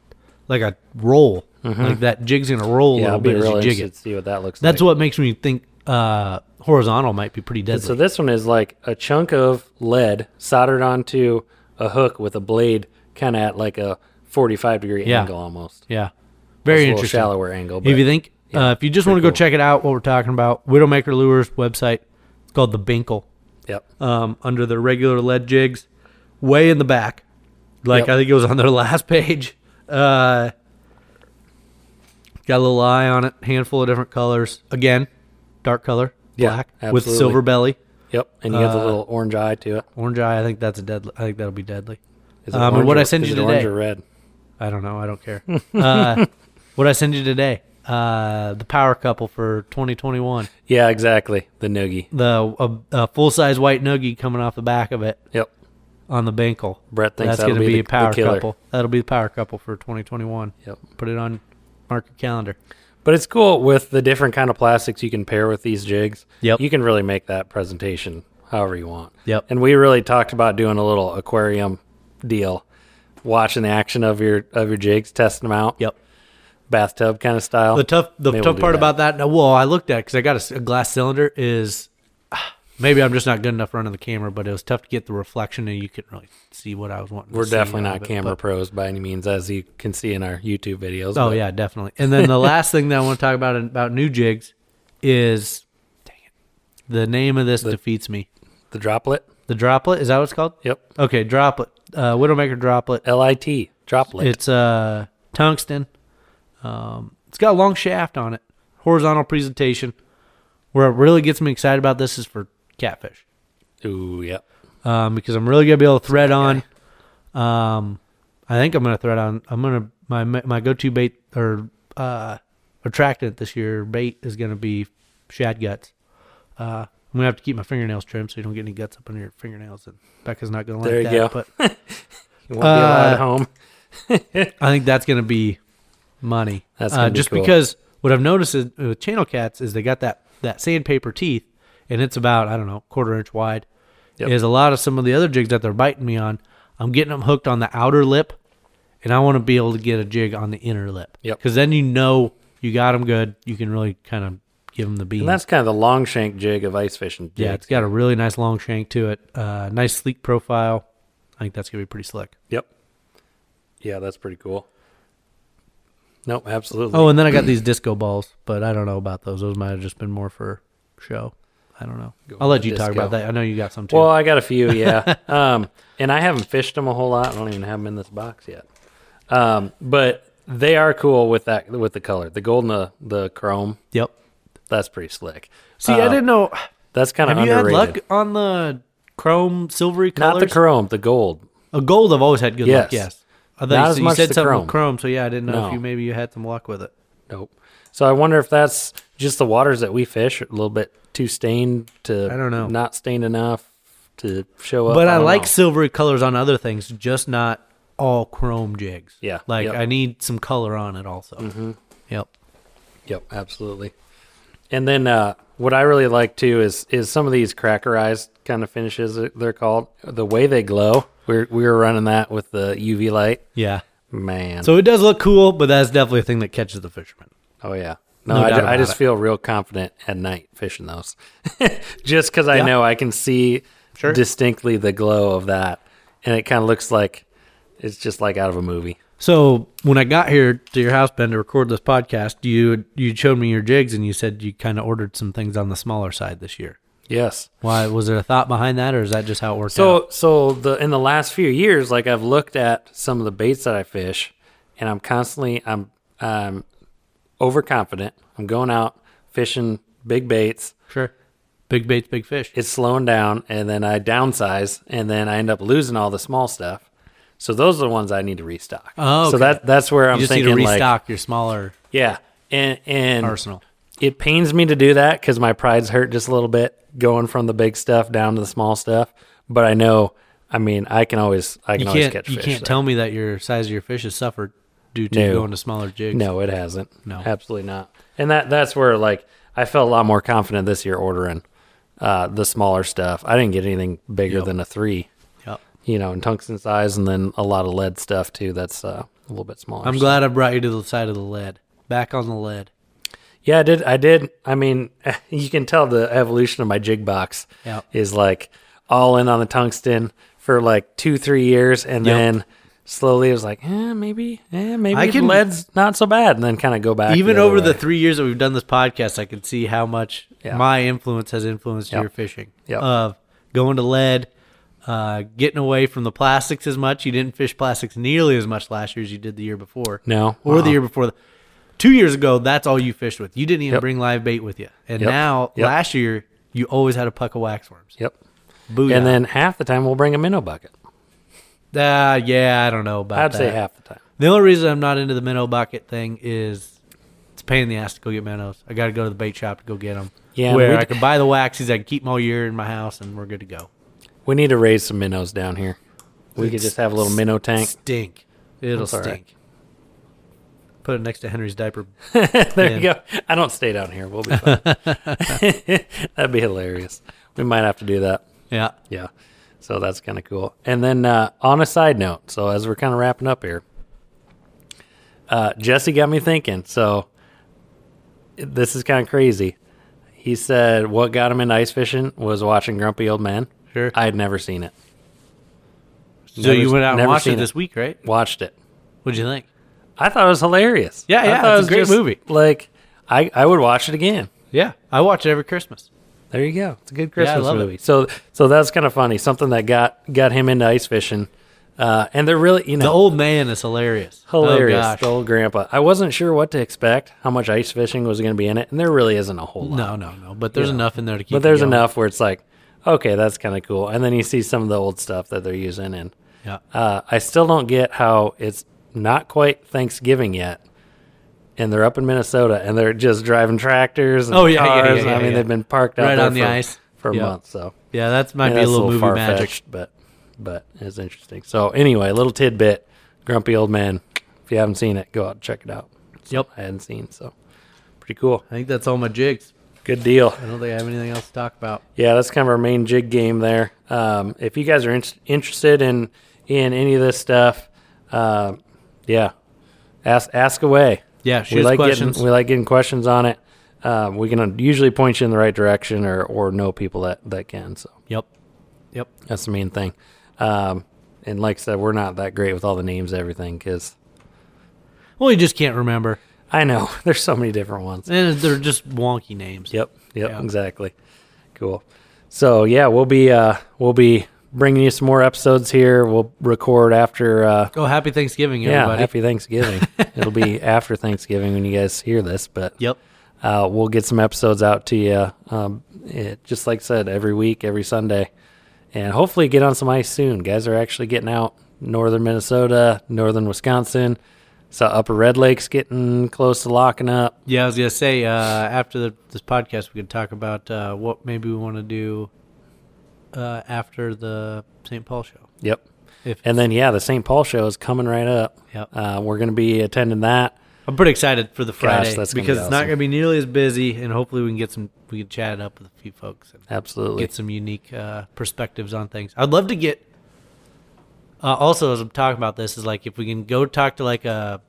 S2: like a roll, like that jig's going to roll
S1: Mm-hmm. Yeah,
S2: a
S1: I'll
S2: little
S1: be
S2: bit as
S1: really
S2: you jig
S1: interested
S2: it.
S1: to see what that looks
S2: That's
S1: like.
S2: what makes me think uh, horizontal might be pretty deadly.
S1: So this one is like a chunk of lead soldered onto a hook with a blade, kind of at like a forty-five degree
S2: Yeah.
S1: angle almost.
S2: yeah,
S1: It's
S2: very
S1: a little
S2: interesting.
S1: shallower angle. But
S2: If you think, uh, if you just want to go
S1: cool.
S2: check it out, what we're talking about, Widowmaker Lures website, it's called the Binkle.
S1: Yep.
S2: um, under their regular lead jigs, way in the back. Like
S1: Yep.
S2: I think it was on their last page. Uh, got a little eye on it, handful of different colors. Again, dark color,
S1: Yeah,
S2: black with
S1: absolutely.
S2: silver belly,
S1: Yep. And you have the
S2: uh,
S1: little orange eye to it.
S2: orange eye. I think that's a deadly. I think that'll be deadly.
S1: Is it
S2: Um,
S1: orange
S2: and what
S1: or-
S2: I send
S1: is
S2: you
S1: it orange or
S2: today,
S1: red?
S2: I don't know. I don't care. uh, what I send you today, uh, the power couple for 2021,
S1: Yeah, exactly. The noogie.
S2: the uh, uh, full size white noogie coming off the back of it.
S1: Yep.
S2: on the Binkle.
S1: Brett thinks
S2: that's
S1: that'll
S2: gonna
S1: be
S2: be,
S1: the-
S2: a power
S1: the killer.
S2: couple. That'll be the power couple for 2021.
S1: Yep.
S2: Put it on, mark your calendar.
S1: But it's cool with the different kind of plastics you can pair with these jigs.
S2: Yep.
S1: You can really make that presentation however you want.
S2: Yep.
S1: And we really talked about doing a little aquarium deal, watching the action of your of your jigs, testing them out.
S2: Yep.
S1: Bathtub kind of style.
S2: The tough, the
S1: Maybe we'll
S2: tough
S1: do
S2: part
S1: that.
S2: about that. Well, I looked at because I got a s- a, glass cylinder. Is ah, maybe I'm just not good enough running the camera, but it was tough to get the reflection, and you couldn't really see what I was wanting. to
S1: We're
S2: see
S1: definitely
S2: out
S1: not
S2: of it,
S1: camera
S2: but-
S1: pros by any means, as you can see in our YouTube videos.
S2: oh
S1: but
S2: yeah, definitely. And then the last thing that I want to talk about about new jigs is, dang it, the name of this defeats me.
S1: The droplet.
S2: The droplet is that what it's called?
S1: Yep.
S2: Okay, droplet. Uh, Widowmaker droplet.
S1: L I T. Droplet.
S2: It's uh tungsten. Um, it's got a long shaft on it. Horizontal presentation. Where it really gets me excited about this is for catfish.
S1: Ooh, yep.
S2: Um, because I'm really gonna be able to thread on. Um, I think I'm gonna thread on. I'm gonna my my go-to bait or uh attractant this year bait is gonna be shad guts. Uh, I'm gonna have to keep my fingernails trimmed so you don't get any guts up under your fingernails. And Becca's not gonna like
S1: There you
S2: that.
S1: go.
S2: But
S1: You won't be allowed
S2: Uh,
S1: at home.
S2: I think that's going to be money.
S1: That's
S2: uh,
S1: gonna be
S2: just
S1: cool.
S2: because what I've noticed is, with channel cats is they got that that sandpaper teeth, and it's about I don't know quarter inch wide.
S1: Yep.
S2: Is a lot of some of the other jigs that they're biting me on. I'm getting them hooked on the outer lip, and I want to be able to get a jig on the inner lip.
S1: Yep.
S2: Because then you know you got them good. You can really kind of give them the beam.
S1: And that's kind of the long shank jig of ice fishing.
S2: yeah,
S1: jigs.
S2: it's got a really nice long shank to it. Uh, nice sleek profile. I think that's gonna be pretty slick.
S1: Yep. Yeah, that's pretty cool. Nope, absolutely.
S2: Oh, and then I got these disco balls, but I don't know about those. Those might have just been more for show. I don't know.
S1: Go
S2: I'll let
S1: with
S2: you
S1: the
S2: talk about
S1: disco.
S2: that. I know you got some too.
S1: well, I got a few, yeah. um, and I haven't fished them a whole lot. I don't even have them in this box yet. Um, but they are cool with that with the color, the gold and the, the chrome.
S2: yep.
S1: That's pretty slick.
S2: See,
S1: Uh,
S2: I didn't know.
S1: That's kind of
S2: Have you
S1: underrated.
S2: had luck on the chrome silvery
S1: Not the
S2: colors?
S1: chrome, the gold.
S2: A gold. I've always had good luck.
S1: Yes.
S2: Yes. I thought
S1: Not
S2: you,
S1: as
S2: said- you
S1: much
S2: said
S1: the
S2: something
S1: chrome.
S2: with chrome, so yeah, I didn't know if
S1: No.
S2: you maybe you had some luck with it.
S1: Nope. So I wonder if that's just the waters that we fish are a little bit too stained to
S2: I don't know.
S1: not stained enough to show up.
S2: but I,
S1: don't
S2: like
S1: know.
S2: silvery colors on other things, just not all chrome jigs.
S1: Yeah.
S2: Like
S1: Yep.
S2: I need some color on it also. Yep.
S1: Yep, absolutely. And then uh, what I really like too is is some of these crackerized kind of finishes that they're called. The way they glow. We we were running that with the UV light.
S2: Yeah.
S1: Man.
S2: So it does look cool, but that's definitely a thing that catches the fisherman.
S1: oh yeah. No,
S2: No
S1: I,
S2: doubt
S1: ju- I
S2: about
S1: just
S2: it.
S1: feel real confident at night fishing those, just because I
S2: Yeah.
S1: know I can see
S2: Sure.
S1: distinctly the glow of that, and it kind of looks like it's just like out of a movie.
S2: So when I got here to your house, Ben, to record this podcast, you you showed me your jigs and you said you kind of ordered some things on the smaller side this year.
S1: Yes.
S2: Why was there a thought behind that, or is that just how it worked out?
S1: So so the in the last few years, like I've looked at some of the baits that I fish, and I'm constantly I'm I'm overconfident. I'm going out fishing big baits,
S2: Sure. Big baits, big fish.
S1: it's slowing down and then I downsize and then I end up losing all the small stuff. So those are the ones I need to restock.
S2: Oh,
S1: so
S2: okay.
S1: that that's where I'm
S2: you just need
S1: thinking
S2: to
S1: like
S2: restock your smaller
S1: yeah, and and
S2: arsenal.
S1: it pains me to do that because my pride's hurt just a little bit going from the big stuff down to the small stuff. But I know, I mean, I can always I can
S2: You
S1: always
S2: can't.
S1: catch
S2: you
S1: fish.
S2: can't
S1: so-
S2: tell me that your size of your fish has suffered due to
S1: No.
S2: going to smaller jigs.
S1: No, it hasn't.
S2: No.
S1: absolutely not. And that that's where like I felt a lot more confident this year ordering uh, the smaller stuff. I didn't get anything bigger
S2: Yep.
S1: than a three.
S2: Yep.
S1: you know, and tungsten size, and then a lot of lead stuff too. That's uh, a little bit smaller.
S2: I'm
S1: So-
S2: glad I brought you to the side of the lead. Back on the lead.
S1: Yeah, I did. I did. I mean, you can tell the evolution of my jig box
S2: Yeah.
S1: is like all in on the tungsten for like two, three years, and
S2: Yep.
S1: then slowly it was like, eh, maybe, eh, maybe
S2: I can-
S1: lead's not so bad, and then kind of go back.
S2: Even
S1: other
S2: over the
S1: way.
S2: three years that we've done this podcast, I can see how much
S1: Yeah.
S2: my influence has influenced
S1: Yep.
S2: your fishing.
S1: Yep.
S2: Of going to lead, uh, getting away from the plastics as much. You didn't fish plastics nearly as much last year as you did the year before.
S1: no
S2: Or the
S1: uh-uh.
S2: year before. Two years ago, that's all you fished with. You didn't even
S1: Yep.
S2: bring live bait with you. And
S1: Yep.
S2: now,
S1: Yep.
S2: last year, you always had a puck of waxworms.
S1: Yep.
S2: Booyah.
S1: And then half the time we'll bring a minnow bucket.
S2: Uh, yeah, I don't know about
S1: I'd
S2: that.
S1: say half the time.
S2: The only reason I'm not into the minnow bucket thing is it's a pain in the ass to go get minnows. I got to go to the bait shop to go get them.
S1: Yeah, and
S2: where
S1: we-
S2: I can buy the waxes, I can keep them all year in my house, and we're good to go.
S1: We need to raise some minnows down here. We could
S2: It's-
S1: just have a little minnow tank.
S2: Stink. It'll
S1: That's all
S2: stink.
S1: right.
S2: Put it next to Henry's diaper.
S1: there you go.
S2: Yeah.
S1: I don't stay down here. We'll be fine. That'd be hilarious. We might have to do that.
S2: yeah.
S1: Yeah. So that's kind of cool. And then uh, on a side note, so as we're kind of wrapping up here, uh, Jesse got me thinking. So this is kind of crazy. He said what got him into ice fishing was watching Grumpy Old Man.
S2: Sure.
S1: I had never seen it.
S2: so
S1: never-
S2: you went out and
S1: never
S2: watched
S1: seen
S2: it this
S1: it.
S2: week, right?
S1: Watched it.
S2: What'd you think?
S1: I thought it was hilarious.
S2: Yeah,
S1: I
S2: yeah,
S1: thought
S2: it's a great movie.
S1: Like, I, I would watch it again.
S2: Yeah, I watch it every Christmas.
S1: There you go. It's a good
S2: Yeah, I
S1: Christmas
S2: love it.
S1: movie. So so that's kind of funny. Something that got got him into ice fishing. Uh, and they're really you know
S2: The old man is hilarious.
S1: hilarious.
S2: Oh, gosh.
S1: The old grandpa. I wasn't sure what to expect, how much ice fishing was going to be in it, and there really isn't a whole lot.
S2: No, no, no. But there's
S1: Yeah.
S2: enough in there to keep.
S1: but there's
S2: it going.
S1: enough where it's like, okay, that's kind of cool. And then you see some of the old stuff that they're using, and
S2: Yeah.
S1: uh, I still don't get how it's not quite Thanksgiving yet. And they're up in Minnesota, and they're just driving tractors. And
S2: Oh, yeah, yeah,
S1: cars.
S2: yeah, yeah,
S1: I mean,
S2: yeah.
S1: they've been parked out
S2: Right
S1: there
S2: on the
S1: for-
S2: ice.
S1: for
S2: Yeah.
S1: months. So
S2: Yeah, that's might
S1: Yeah,
S2: be a
S1: that's
S2: little, movie magic.
S1: far-fetched, but but it's interesting. So anyway, little tidbit, Grumpy Old Man. If you haven't seen it, go out and check it out.
S2: Yep.
S1: I hadn't seen so pretty cool.
S2: I think that's all my jigs.
S1: Good deal.
S2: I don't think I have anything else to talk about.
S1: Yeah, that's kind of our main jig game there. Um, if you guys are in- interested in in any of this stuff, uh, yeah, ask ask away.
S2: Yeah, shoot
S1: we
S2: us
S1: like
S2: questions.
S1: getting we like getting questions on it. Um, we can usually point you in the right direction, or or know people that that can. So.
S2: Yep. Yep.
S1: That's the main thing. Um, and like I said, we're not that great with all the names, and everything, because
S2: Well, you just can't remember.
S1: I know there's so many different ones.
S2: And they're just wonky names.
S1: Yep, yep,
S2: Yeah.
S1: exactly. Cool. So yeah, we'll be uh, we'll be bringing you some more episodes here. We'll record after. Uh,
S2: Oh, happy Thanksgiving,
S1: yeah,
S2: everybody.
S1: happy Thanksgiving. It'll be after Thanksgiving when you guys hear this, but
S2: Yep.
S1: uh, we'll get some episodes out to you. Um, it, just like I said, every week, every Sunday, and hopefully get on some ice soon. Guys are actually getting out. Northern Minnesota, northern Wisconsin. So Upper Red Lake's getting close to locking up.
S2: Yeah, I was gonna say uh, after the, this podcast, we could talk about uh, what maybe we want to do uh, after the St. Paul show.
S1: Yep.
S2: If
S1: And then yeah, the St. Paul show is coming right up.
S2: Yep.
S1: Uh, we're going to be attending that.
S2: I'm pretty excited for the Friday
S1: that's gonna be
S2: because it's not
S1: awesome.
S2: gonna be nearly as busy, and hopefully we can get some we can chat it up with a few folks and
S1: Absolutely.
S2: get some unique uh, perspectives on things. I'd love to get. Uh, also, as I'm talking about this, is like if we can go talk to like a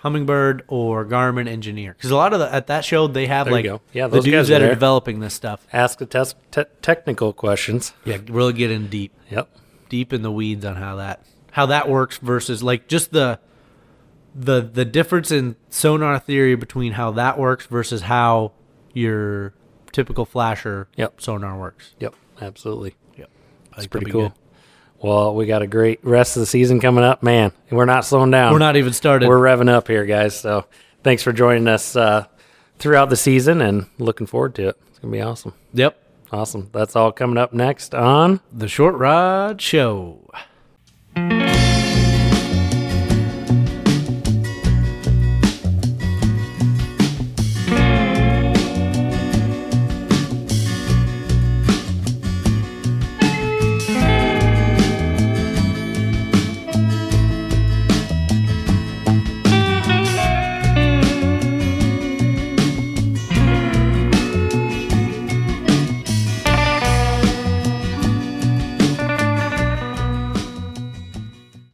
S2: hummingbird or Garmin engineer, because a lot of the, at that show they have
S1: There you
S2: like
S1: go. Yeah,
S2: the
S1: those guys
S2: dudes
S1: are
S2: that are
S1: there.
S2: developing this stuff.
S1: Ask the test te- technical questions.
S2: Yeah, really get in deep,
S1: Yep.
S2: deep in the weeds on how that how that works versus like just the the the difference in sonar theory between how that works versus how your typical flasher
S1: Yep.
S2: sonar works.
S1: Yep. Absolutely.
S2: Yep,
S1: It's pretty cool. Well, we got a great rest of the season coming up, man. We're not slowing down.
S2: We're not even started.
S1: We're revving up here, guys. So thanks for joining us uh, throughout the season and looking forward to it. It's gonna be awesome.
S2: Yep.
S1: Awesome. That's all coming up next on
S2: The Short Rod Show.